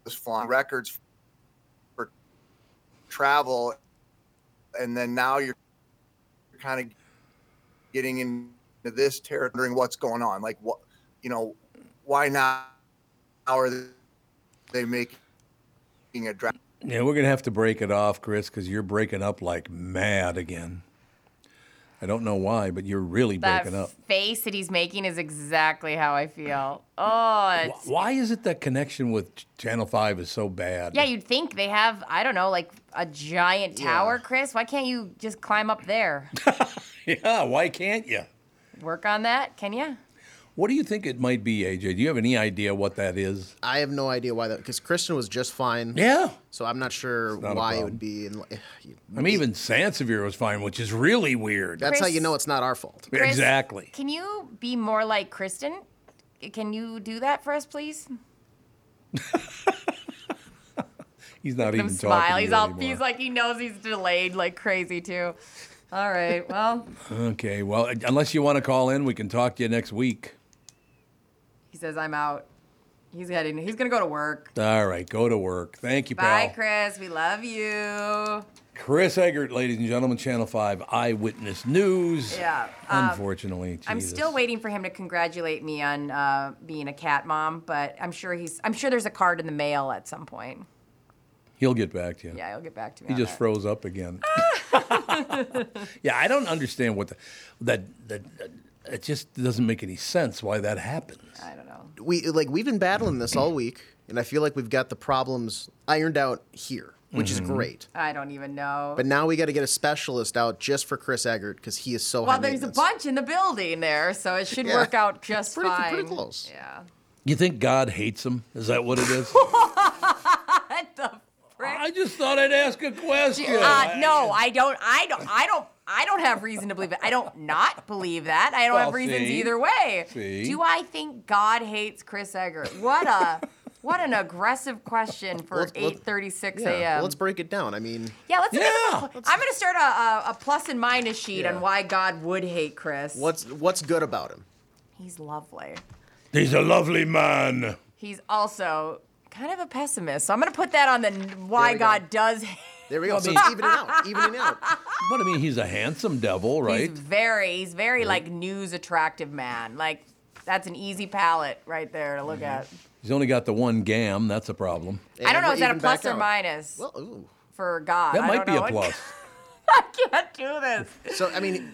was flying records for travel, and then now you're kind of getting into this territory, wondering what's going on. Like, what you know, why now? How are they making a draft? Yeah, we're going to have to break it off, Chris, because you're breaking up like mad again. I don't know why, but you're really That breaking up. face that he's making is exactly how I feel. Oh, it's Wh- Why is it that connection with Ch- Channel 5 is so bad? Yeah, you'd think they have, I don't know, like a giant tower, Chris. Why can't you just climb up there? Yeah, Ah, why can't you? Work on that, can you? What do you think it might be, AJ? Do you have any idea what that is? I have no idea why that because Christian was just fine. Yeah. So I'm not sure not a why it problem. would be. In, like, I mean, even Sansevier was fine, which is really weird. that's how you know it's not our fault. Chris, Exactly. Can you be more like Kristen? Can you do that for us, please? He's not Him even smile. talking. He's to you all, anymore. he's like, he knows he's delayed like crazy, too. All right, well, Okay, well, uh, unless you want to call in, we can talk to you next week. he says, I'm out. He's heading, he's going to go to work. All right, go to work. Thank you, pal. Bye, Chris. We love you. Chris Eggert, ladies and gentlemen, Channel 5 Eyewitness News. Yeah, um, Unfortunately, I'm Jesus. still waiting for him to congratulate me on uh, being a cat mom, but I'm sure he's. I'm sure there's a card in the mail at some point. He'll get back to you. Yeah, he'll get back to me. He on just that. froze up again. yeah, I don't understand what the, that, that, that, it just doesn't make any sense why that happens. I don't know. We like we've been battling this all week, and I feel like we've got the problems ironed out here, which is Mm-hmm. great. I don't even know. But now we got to get a specialist out just for Chris Eggert because he is so. well, high there's a maintenance. bunch in the building there, so it should Yeah. work out just pretty, fine. pretty close. Yeah. You think God hates him? Is that what it is? What the frick? I just thought I'd ask a question. Uh, no, I don't. I don't. I don't. I don't have reason to believe it. I don't not believe that. I don't Well, have reasons see? either way. See? Do I think God hates Chris Eggert? What a what an aggressive question for Let's- let's- 8:36 Yeah. a.m. Well, let's break it down. I mean, yeah, let's. Yeah. I'm gonna start a, a, a plus and minus sheet Yeah. on why God would hate Chris. what's what's good about him? He's lovely. He's a lovely man. He's also kind of a pessimist. So I'm gonna put that on the n- why we go. God does. hate- There we go. So it's evening out, evening out. But I mean, he's a handsome devil, right? He's very, he's very like news attractive man. Like that's an easy palette right there to look Mm-hmm. at. He's only got the one gam. That's a problem. I don't know, we're is that a even back plus or out. minus Well, ooh. for God? That I don't might be a know. plus. I can't do this. So I mean,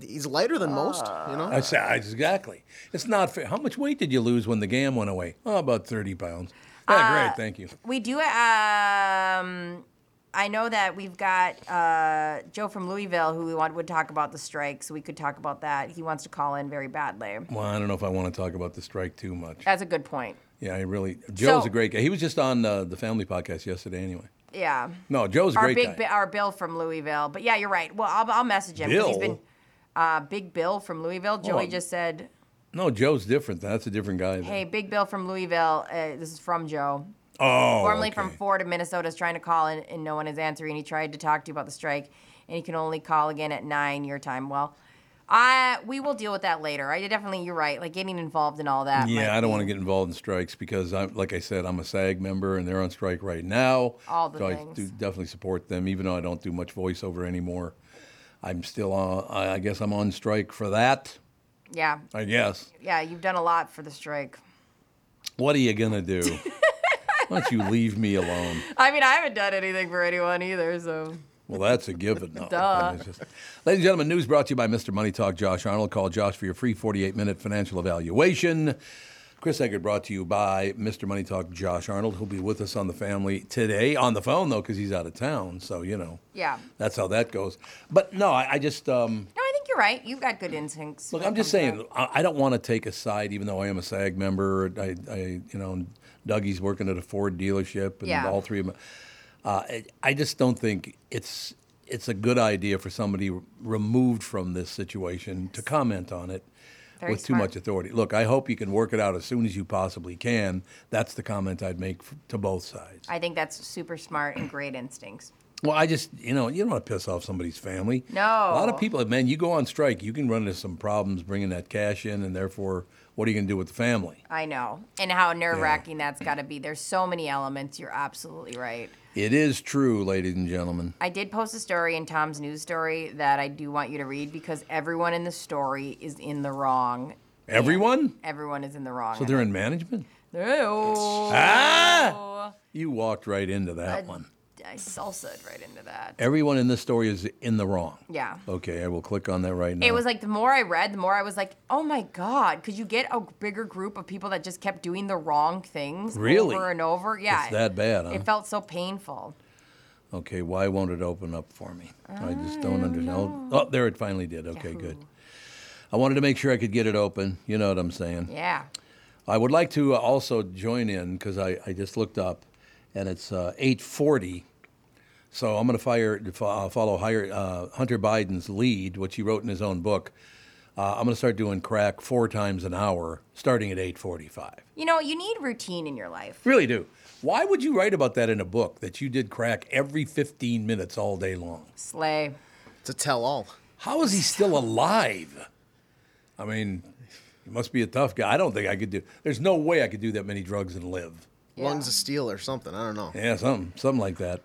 he's lighter than most. You know. I say, I- exactly. It's not fair. How much weight did you lose when the gam went away? Oh, about 30 pounds. Yeah, Uh, great. Thank you. We do. Um, I know that we've got uh, Joe from Louisville who we want would talk about the strike, so we could talk about that. He wants to call in very badly. Well, I don't know if I want to talk about the strike too much. That's a good point. Yeah, I really. Joe's So- a great guy. He was just on uh, the family podcast yesterday, anyway. Yeah. No, Joe's a Our great big, guy. Bi- our Bill from Louisville, but yeah, you're right. Well, I'll, I'll message him. 'cause He's been Bill? uh, Big Bill from Louisville. Joey I'm- just said, no, Joe's different. That's a different guy. then. "Hey, Big Bill from Louisville. Uh, this is from Joe. oh, formerly okay. from Florida, Minnesota, is trying to call in and no one is answering. He tried to talk to you about the strike, and he can only call again at nine your time. Well, I we will deal with that later. I definitely, you're right. Like getting involved in all that. Yeah, I don't want to get involved in strikes because, I'm, like I said, I'm a SAG member and they're on strike right now. All the so I things. do definitely support them, even though I don't do much voiceover anymore. I'm still on. I I guess I'm on strike for that. Yeah, I guess. yeah. You've done a lot for the strike. What are you gonna do? Why don't you leave me alone? I mean, I haven't done anything for anyone either. So Well, that's a given. No, That is just- Ladies and gentlemen, news brought to you by Mr. Money Talk. Josh Arnold, call Josh for your free 48-minute financial evaluation. Chris Eggert brought to you by Mr. Money Talk. Josh Arnold, who'll be with us on the family today on the phone though, because he's out of town. So you know, yeah. that's how that goes. But no, I, I just um, No, I think you're right. You've got good instincts. Look, when I'm it just comes to saying, I, I don't want to take a side, even though I am a SAG member. I, I you know, and Dougie's working at a Ford dealership, and Yeah. all three of them. Uh, I, I just don't think it's it's a good idea for somebody r- removed from this situation to comment on it Very with too smart. much authority. Look, I hope you can work it out as soon as you possibly can. That's the comment I'd make f- to both sides. that. I think that's super smart and great instincts. Well, I just, you know, you don't want to piss off somebody's family. No. A lot of people, man, you go on strike, you can run into some problems bringing that cash in, and therefore, what are you going to do with the family? I know, and how nerve wracking that's got to be. There's so many elements. You're absolutely right. It is true, ladies and gentlemen. I did post a story in Tom's news story that I do want you to read because everyone in the story is in the wrong. Everyone? Everyone is in the wrong. So they're in management? Ew. Ah! You walked right into that one. I I salsa'd right into that. Everyone in this story is in the wrong. Yeah. Okay, I will click on that right now. It was like the more I read, the more I was like, oh my God, could you get a bigger group of people that just kept doing the wrong things Really? over and over? Yeah. It's that bad, huh? It felt so painful. Okay, why won't it open up for me? I just don't understand. Oh, there it finally did. Okay, good. I wanted to make sure I could get it open. You know what I'm saying? Yeah. I would like to uh, also join in because I, I just looked up, and it's uh, 840. So I'm going to fire fo- uh, follow higher, uh, Hunter Biden's lead, which he wrote in his own book. Uh, I'm going to start doing crack four times an hour, starting at 8:45. You know, you need routine in your life. Really do. Why would you write about that in a book that you did crack every 15 minutes all day long? Slay. It's a tell all. How is he still alive? I mean, he must be a tough guy. I don't think I could do. There's no way I could do that many drugs and live. Lungs of steel or something. I don't know. Yeah, something, something like that.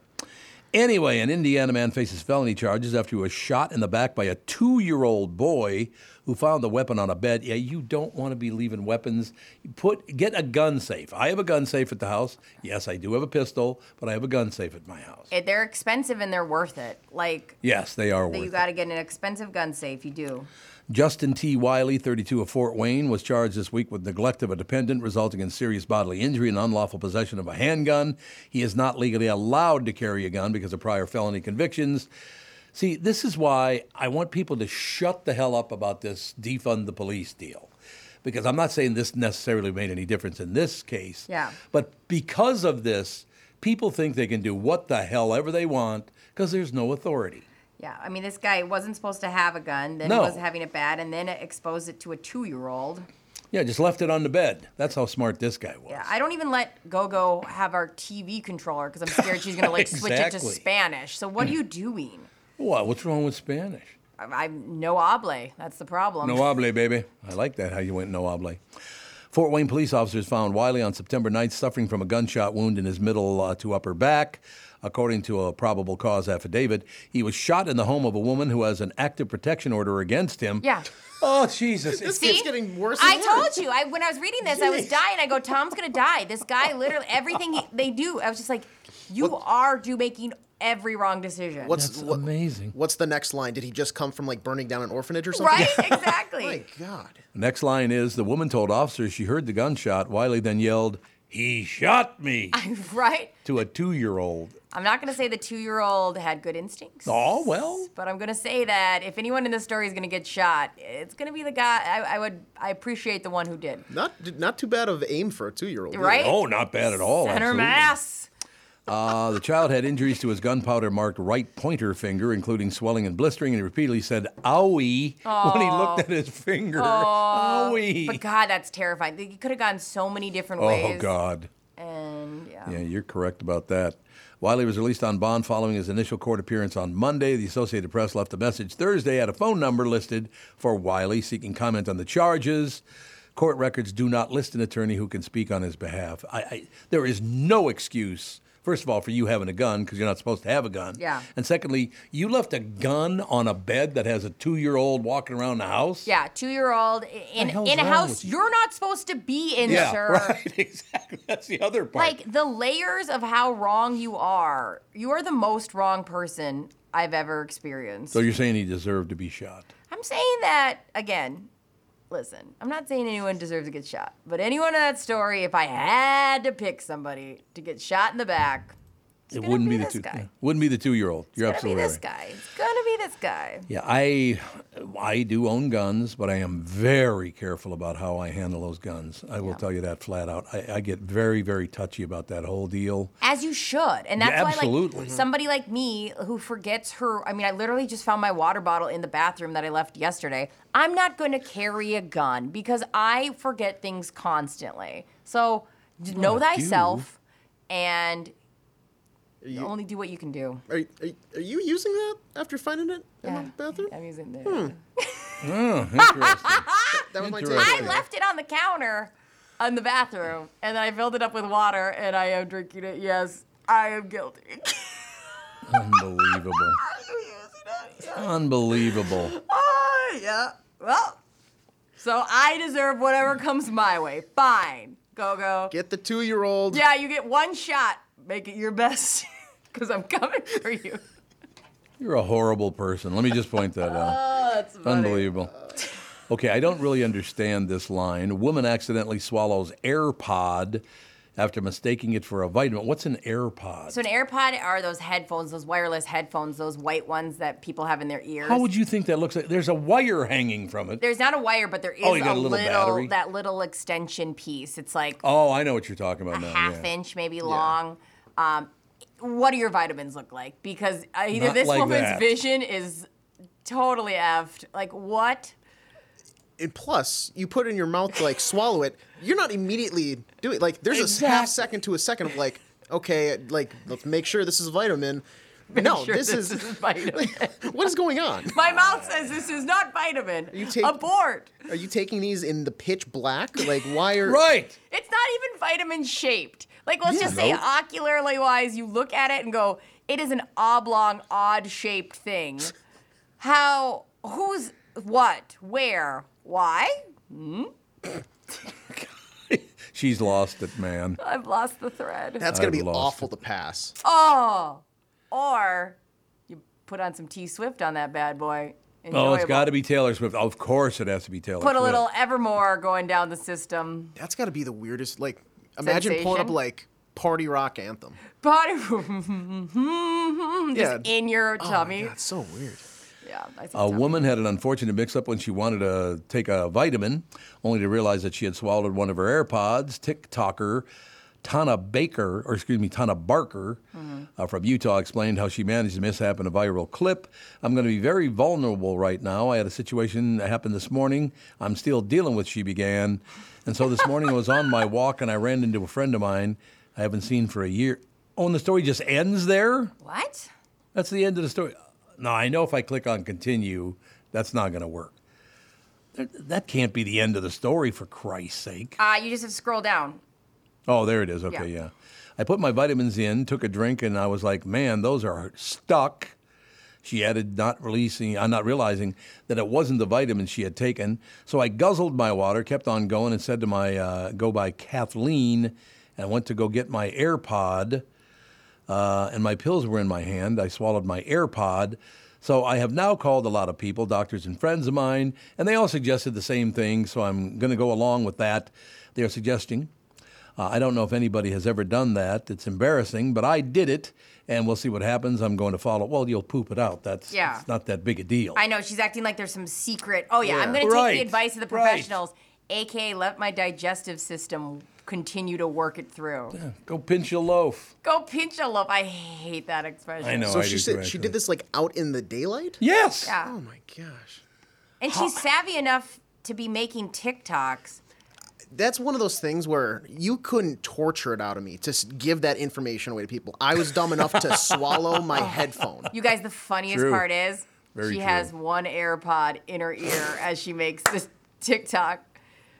Anyway, an Indiana man faces felony charges after he was shot in the back by a two-year-old boy who found the weapon on a bed. Yeah, you don't want to be leaving weapons. Put get a gun safe. I have a gun safe at the house. Yes, I do have a pistol, but I have a gun safe at my house. It, Eh, they're expensive and they're worth it. Like, Yes, they are that you worth. got to get an expensive gun safe. You do. Justin T. Wiley, 32 of Fort Wayne, was charged this week with neglect of a dependent resulting in serious bodily injury and unlawful possession of a handgun. He is not legally allowed to carry a gun because of prior felony convictions. See, this is why I want people to shut the hell up about this defund the police deal. Because I'm not saying this necessarily made any difference in this case. Yeah. But because of this, people think they can do what the hell ever they want because there's no authority. Yeah. I mean, this guy wasn't supposed to have a gun, then No. was having it bad, and then exposed it to a two year old. Yeah, just left it on the bed. That's how smart this guy was. Yeah, I don't even let Gogo have our TV controller because I'm scared she's gonna like switch it to Exactly. Spanish. So what are you doing? What? What's wrong with Spanish? I- I'm no hable. That's the problem. No hable, baby. I like that how you went no hable. Fort Wayne police officers found Wiley on September 9th suffering from a gunshot wound in his middle uh, to upper back. According to a probable cause affidavit, he was shot in the home of a woman who has an active protection order against him. Yeah. Oh, Jesus. It's- This keeps getting worse. And I worse. told you. I when I was reading this, I was dying. I go, Tom's gonna die. This guy literally everything he, they do. I was just like, you are do making every wrong decision. What's That's what- amazing. What's the next line? Did he just come from like burning down an orphanage or something? right? Exactly. My God. Next line is the woman told officers she heard the gunshot. Wiley then yelled, He shot me Right? to a two year old. I'm not gonna say the two year old had good instincts. Oh, well. But I'm gonna say that if anyone in this story is gonna get shot, it's gonna be the guy. I, I would. I appreciate the one who did. Not not too bad of aim for a two year old. Right? Oh, not bad at all. Center absolutely. mass. Uh, the child had injuries to his gunpowder marked right pointer finger, including swelling and blistering, and he repeatedly said, owie, when he looked at his finger. Owie. But God, that's terrifying. They could have gone so many different oh, ways. God. And yeah. Yeah, you're correct about that. Wiley was released on bond following his initial court appearance on Monday. The Associated Press left a message Thursday at a phone number listed for Wiley seeking comment on the charges. Court records do not list an attorney who can speak on his behalf. I, I, there is no excuse, first of all, for you having a gun because you're not supposed to have a gun. Yeah. And secondly, you left a gun on a bed that has a two year old walking around the house. Yeah, two year old in hell's in a wrong house with you? you? are not supposed to be in, Yeah, sir. right. Exactly. That's the other part. Like the layers of how wrong you are. You are the most wrong person I've ever experienced. so you're saying he deserved to be shot? I'm saying that again. Listen, I'm not saying anyone deserves to get shot, but anyone in that story, if I had to pick somebody to get shot in the back, it gonna wouldn't be be, the this two. guy. yeah, Wouldn't be the two-year-old. You're it's gonna be absolutely this guy. right. It's gonna be this guy. Yeah, I I do own guns, but I am very careful about how I handle those guns. I will tell you that flat out. I, I get very very touchy about that whole deal. As you should. And that's Yeah, why absolutely. Mm-hmm. like somebody like me who forgets her I mean, I literally just found my water bottle in the bathroom that I left yesterday. I'm not gonna carry a gun because I forget things constantly. So d- know Not you. thyself and only do what you can do. Are, are, are you using that after finding it in the bathroom? I'm using the Interesting. That was my Interesting. I left it on the counter in the bathroom and then I filled it up with water and I am drinking it. Yes, I am guilty. Unbelievable. Unbelievable. Ah, yeah. Well, so I deserve whatever comes my way. Fine. Go, go. Get the two year old. Yeah, you get one shot. Make it your best. because I'm coming for you. You're a horrible person. Let me just point that out. Oh, that's funny. Unbelievable. Okay, I don't really understand this line. A woman accidentally swallows AirPod after mistaking it for a vitamin. What's an AirPod? So an AirPod are those headphones, those wireless headphones, those white ones that people have in their ears. How would you think that looks like? There's a wire hanging from it. There's not a wire, but there is Oh, you got a a little battery? that little extension piece. It's like Oh, I know what you're talking about now. half yeah. inch, maybe long. Um, what do your vitamins look like? Because uh, either Not this like woman's that. vision is totally effed. Like what? And plus, you put it in your mouth, like swallow it. You're not immediately doing like. There's a half second to a second of like, okay, like let's make sure this is a vitamin. no, sure this, is, this is vitamin. what is going on? My mouth says this is not vitamin. you take- Abort. Are you taking these in the pitch black? Like why are Right. It's not even vitamin shaped. Like, let's Yeah. just say Nope. ocularly wise, you look at it and go, it is an oblong, odd shaped thing. How, who's, what, where, why? She's lost it, man. I've lost the thread. That's gonna I've be lost awful to pass. Oh, or you put on some T Swift on that bad boy. Oh, it's Enjoyable. got to be Taylor Swift. Of course, it has to be Taylor Put a Swift. little Evermore going down the system. That's gotta be the weirdest. Like imagine pulling up Sensation? like party rock anthem. Body Yeah. just in your tummy. Oh That's so weird. yeah, I see A tummy. woman had an unfortunate mix up when she wanted to take a vitamin, only to realize that she had swallowed one of her AirPods. TikToker Tana Baker, or excuse me, Tana Barker Mm-hmm. uh, from Utah explained how she managed the mishap in a viral clip. I'm going to be very vulnerable right now. I had a situation that happened this morning. I'm still dealing with, she began. And so this morning I was on my walk and I ran into a friend of mine I haven't seen for a year. Oh, and the story just ends there? What? That's the end of the story. No, I know if I click on continue, that's not going to work. That- That can't be the end of the story, for Christ's sake. Uh, you just have to scroll down. Oh, there it is. Okay, yeah. Yeah. I put my vitamins in, took a drink, and I was like, man, those are stuck. She added, not releasing, uh, not realizing that it wasn't the vitamins she had taken. So I guzzled my water, kept on going, and said to my uh, go by Kathleen, and went to go get my AirPod. Uh, and my pills were in my hand. I swallowed my AirPod. So I have now called a lot of people, doctors and friends of mine, and they all suggested the same thing. So I'm going to go along with that. They're suggesting uh, I don't know if anybody has ever done that. It's embarrassing, but I did it, and we'll see what happens. I'm going to follow. Well, you'll poop it out. That's Yeah. it's not that big a deal. I know she's acting like there's some secret. Oh yeah, I'm Yeah. going to take Right, the advice of the right. professionals, aka let my digestive system continue to work it through. Go pinch a loaf. Go pinch a loaf. I hate that expression. I know. So I she do said too, she actually. did this like out in the daylight? Yes. Yeah. Oh my gosh. And she's savvy enough to be making TikToks. That's one of those things where you couldn't torture it out of me to s- give that information away to people. I was dumb enough to swallow my headphone. You guys, the funniest True. part is Very she true. has one AirPod in her ear as she makes this TikTok.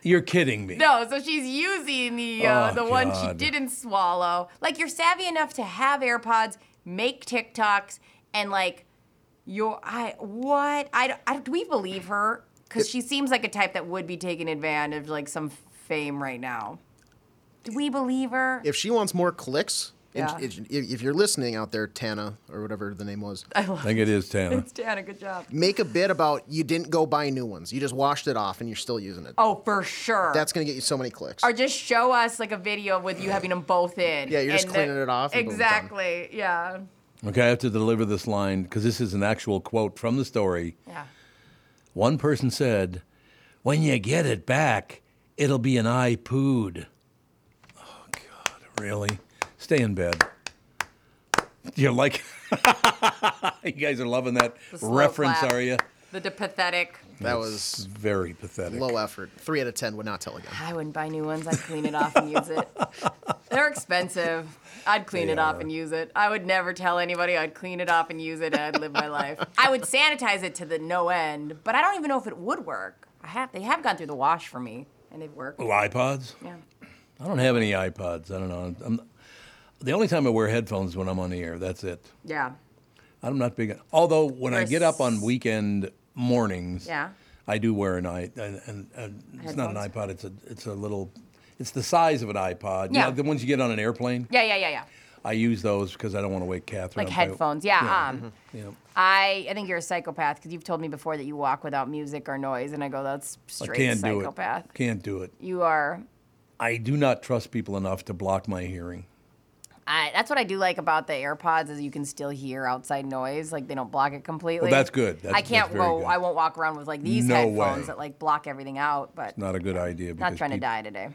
You're kidding me. No, so she's using the uh, Oh, the one she God. didn't swallow. Like you're savvy enough to have AirPods, make TikToks, and like your I what I, don't- I don't- do we believe her? Because she seems like a type that would be taking advantage of like some fame right now. Do we believe her? If she wants more clicks, and Yeah. if, if if you're listening out there, Tana or whatever the name was, I think it is Tana. Dana, good job. make a bit about you didn't go buy new ones. You just washed it off and you're still using it. Oh, for sure. That's gonna get you so many clicks. or just show us like a video with you having them both in. Yeah, you're just and cleaning it off and boom, done. Exactly. Yeah. Okay, I have to deliver this line because this is an actual quote from the story. Yeah. One person said, "When you get it back, it'll be an eye pooed." Oh God, really? Stay in bed. You're like, you guys are loving that slow reference, clap. are you? The, the pathetic. that was Very pathetic. low effort. Three out of ten would not tell again. I wouldn't buy new ones. I'd clean it off and use it. They're expensive. I'd clean it off and use it. I would never tell anybody. I'd clean it off and use it. And I'd live my life. I would sanitize it to the no end, but I don't even know if it would work. I have. They have gone through the wash for me, and they've worked. Oh, iPods? Yeah. I don't have any iPods. I don't know. I'm, the only time I wear headphones is when I'm on the air. That's it. Yeah. I'm not big. Although when I You're get up on weekend mornings, Yeah. I do wear an i and, and, and it's not an Headphones? iPod. It's a it's a little. It's the size of an iPod. You Yeah. know, the ones you get on an airplane. Yeah. Yeah. Yeah. Yeah. I use those because I don't want to wake Catherine. Like up by- headphones, yeah, um, mhm, yeah. I I think you're a psychopath because you've told me before that you walk without music or noise, and I go, that's straight I can't psychopath. do it. Can't do it. You are. I do not trust people enough to block my hearing. I, that's what I do like about the AirPods is you can still hear outside noise, like they don't block it completely. that's good. That's- I can't that's very go. good. I won't walk around with like these No headphones way. that like block everything out. But Not a good idea. not because trying to peop- die today.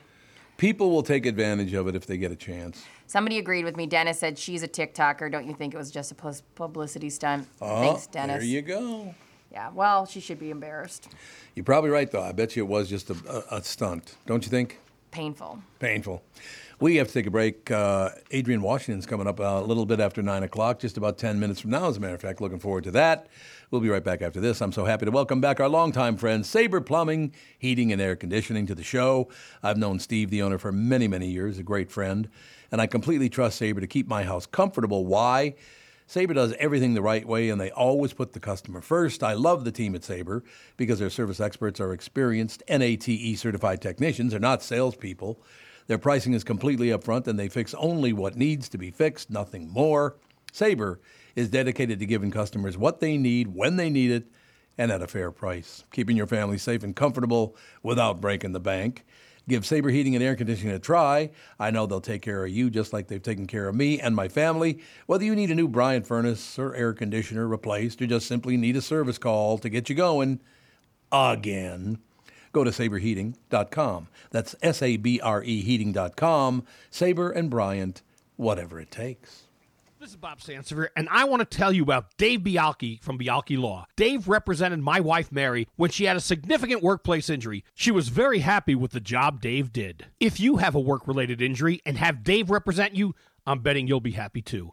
People will take advantage of it if they get a chance. Somebody agreed with me. Dennis said she's a TikToker. Don't you think it was just a pus- publicity stunt? Oh, Thanks, Dennis. There you go. Yeah. Well, she should be embarrassed. You're probably right, though. I bet you it was just a, a, a stunt, don't you think? Painful. Painful. We have to take a break. Uh, Adrian Washington's coming up a little bit after 9 o'clock, just about 10 minutes from now, as a matter of fact. Looking forward to that. We'll be right back after this. I'm so happy to welcome back our longtime friend, Sabre Plumbing, Heating and Air Conditioning, to the show. I've known Steve, the owner, for many, many years, a great friend, and I completely trust Sabre to keep my house comfortable. Why? Sabre does everything the right way and they always put the customer first. I love the team at Sabre because their service experts are experienced NATE certified technicians. They're not salespeople. Their pricing is completely upfront and they fix only what needs to be fixed, nothing more. Sabre is dedicated to giving customers what they need when they need it and at a fair price, keeping your family safe and comfortable without breaking the bank. Give Sabre Heating and Air Conditioning a try. I know they'll take care of you just like they've taken care of me and my family. Whether you need a new Bryant furnace or air conditioner replaced, or just simply need a service call to get you going again, go to saberheating.com. That's S A B R E heating.com. Sabre and Bryant, whatever it takes. This is Bob Sansevier, and I want to tell you about Dave Bialki from Bialki Law. Dave represented my wife Mary when she had a significant workplace injury. She was very happy with the job Dave did. If you have a work related injury and have Dave represent you, I'm betting you'll be happy too.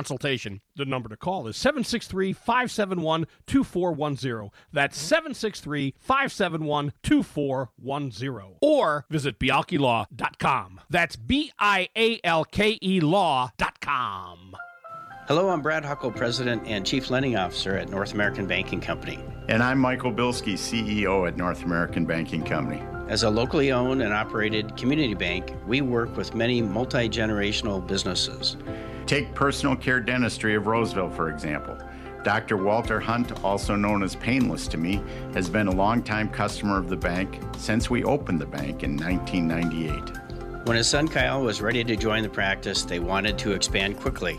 The number to call is 763 571 2410. That's 763 571 2410. Or visit bialkilaw.com. That's B I A L K E law.com. Hello, I'm Brad Huckle, President and Chief Lending Officer at North American Banking Company. And I'm Michael Bilski, CEO at North American Banking Company. As a locally owned and operated community bank, we work with many multi generational businesses. Take personal care dentistry of Roseville, for example. Dr. Walter Hunt, also known as Painless to me, has been a longtime customer of the bank since we opened the bank in 1998. When his son Kyle was ready to join the practice, they wanted to expand quickly.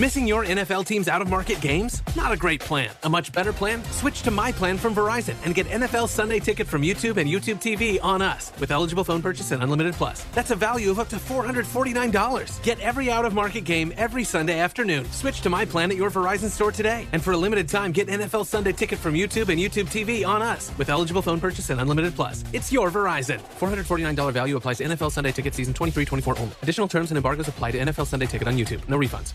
Missing your NFL team's out of market games? Not a great plan. A much better plan? Switch to my plan from Verizon and get NFL Sunday Ticket from YouTube and YouTube TV on us with eligible phone purchase and unlimited plus. That's a value of up to $449. Get every out of market game every Sunday afternoon. Switch to my plan at your Verizon store today. And for a limited time, get NFL Sunday Ticket from YouTube and YouTube TV on us with eligible phone purchase and unlimited plus. It's your Verizon. $449 value applies to NFL Sunday Ticket season 23 24 only. Additional terms and embargoes apply to NFL Sunday Ticket on YouTube. No refunds.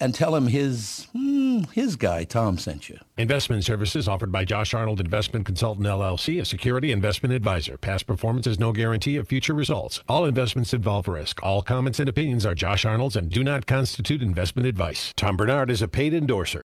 and tell him his hmm, his guy Tom sent you. Investment services offered by Josh Arnold Investment Consultant LLC, a security investment advisor. Past performance is no guarantee of future results. All investments involve risk. All comments and opinions are Josh Arnold's and do not constitute investment advice. Tom Bernard is a paid endorser.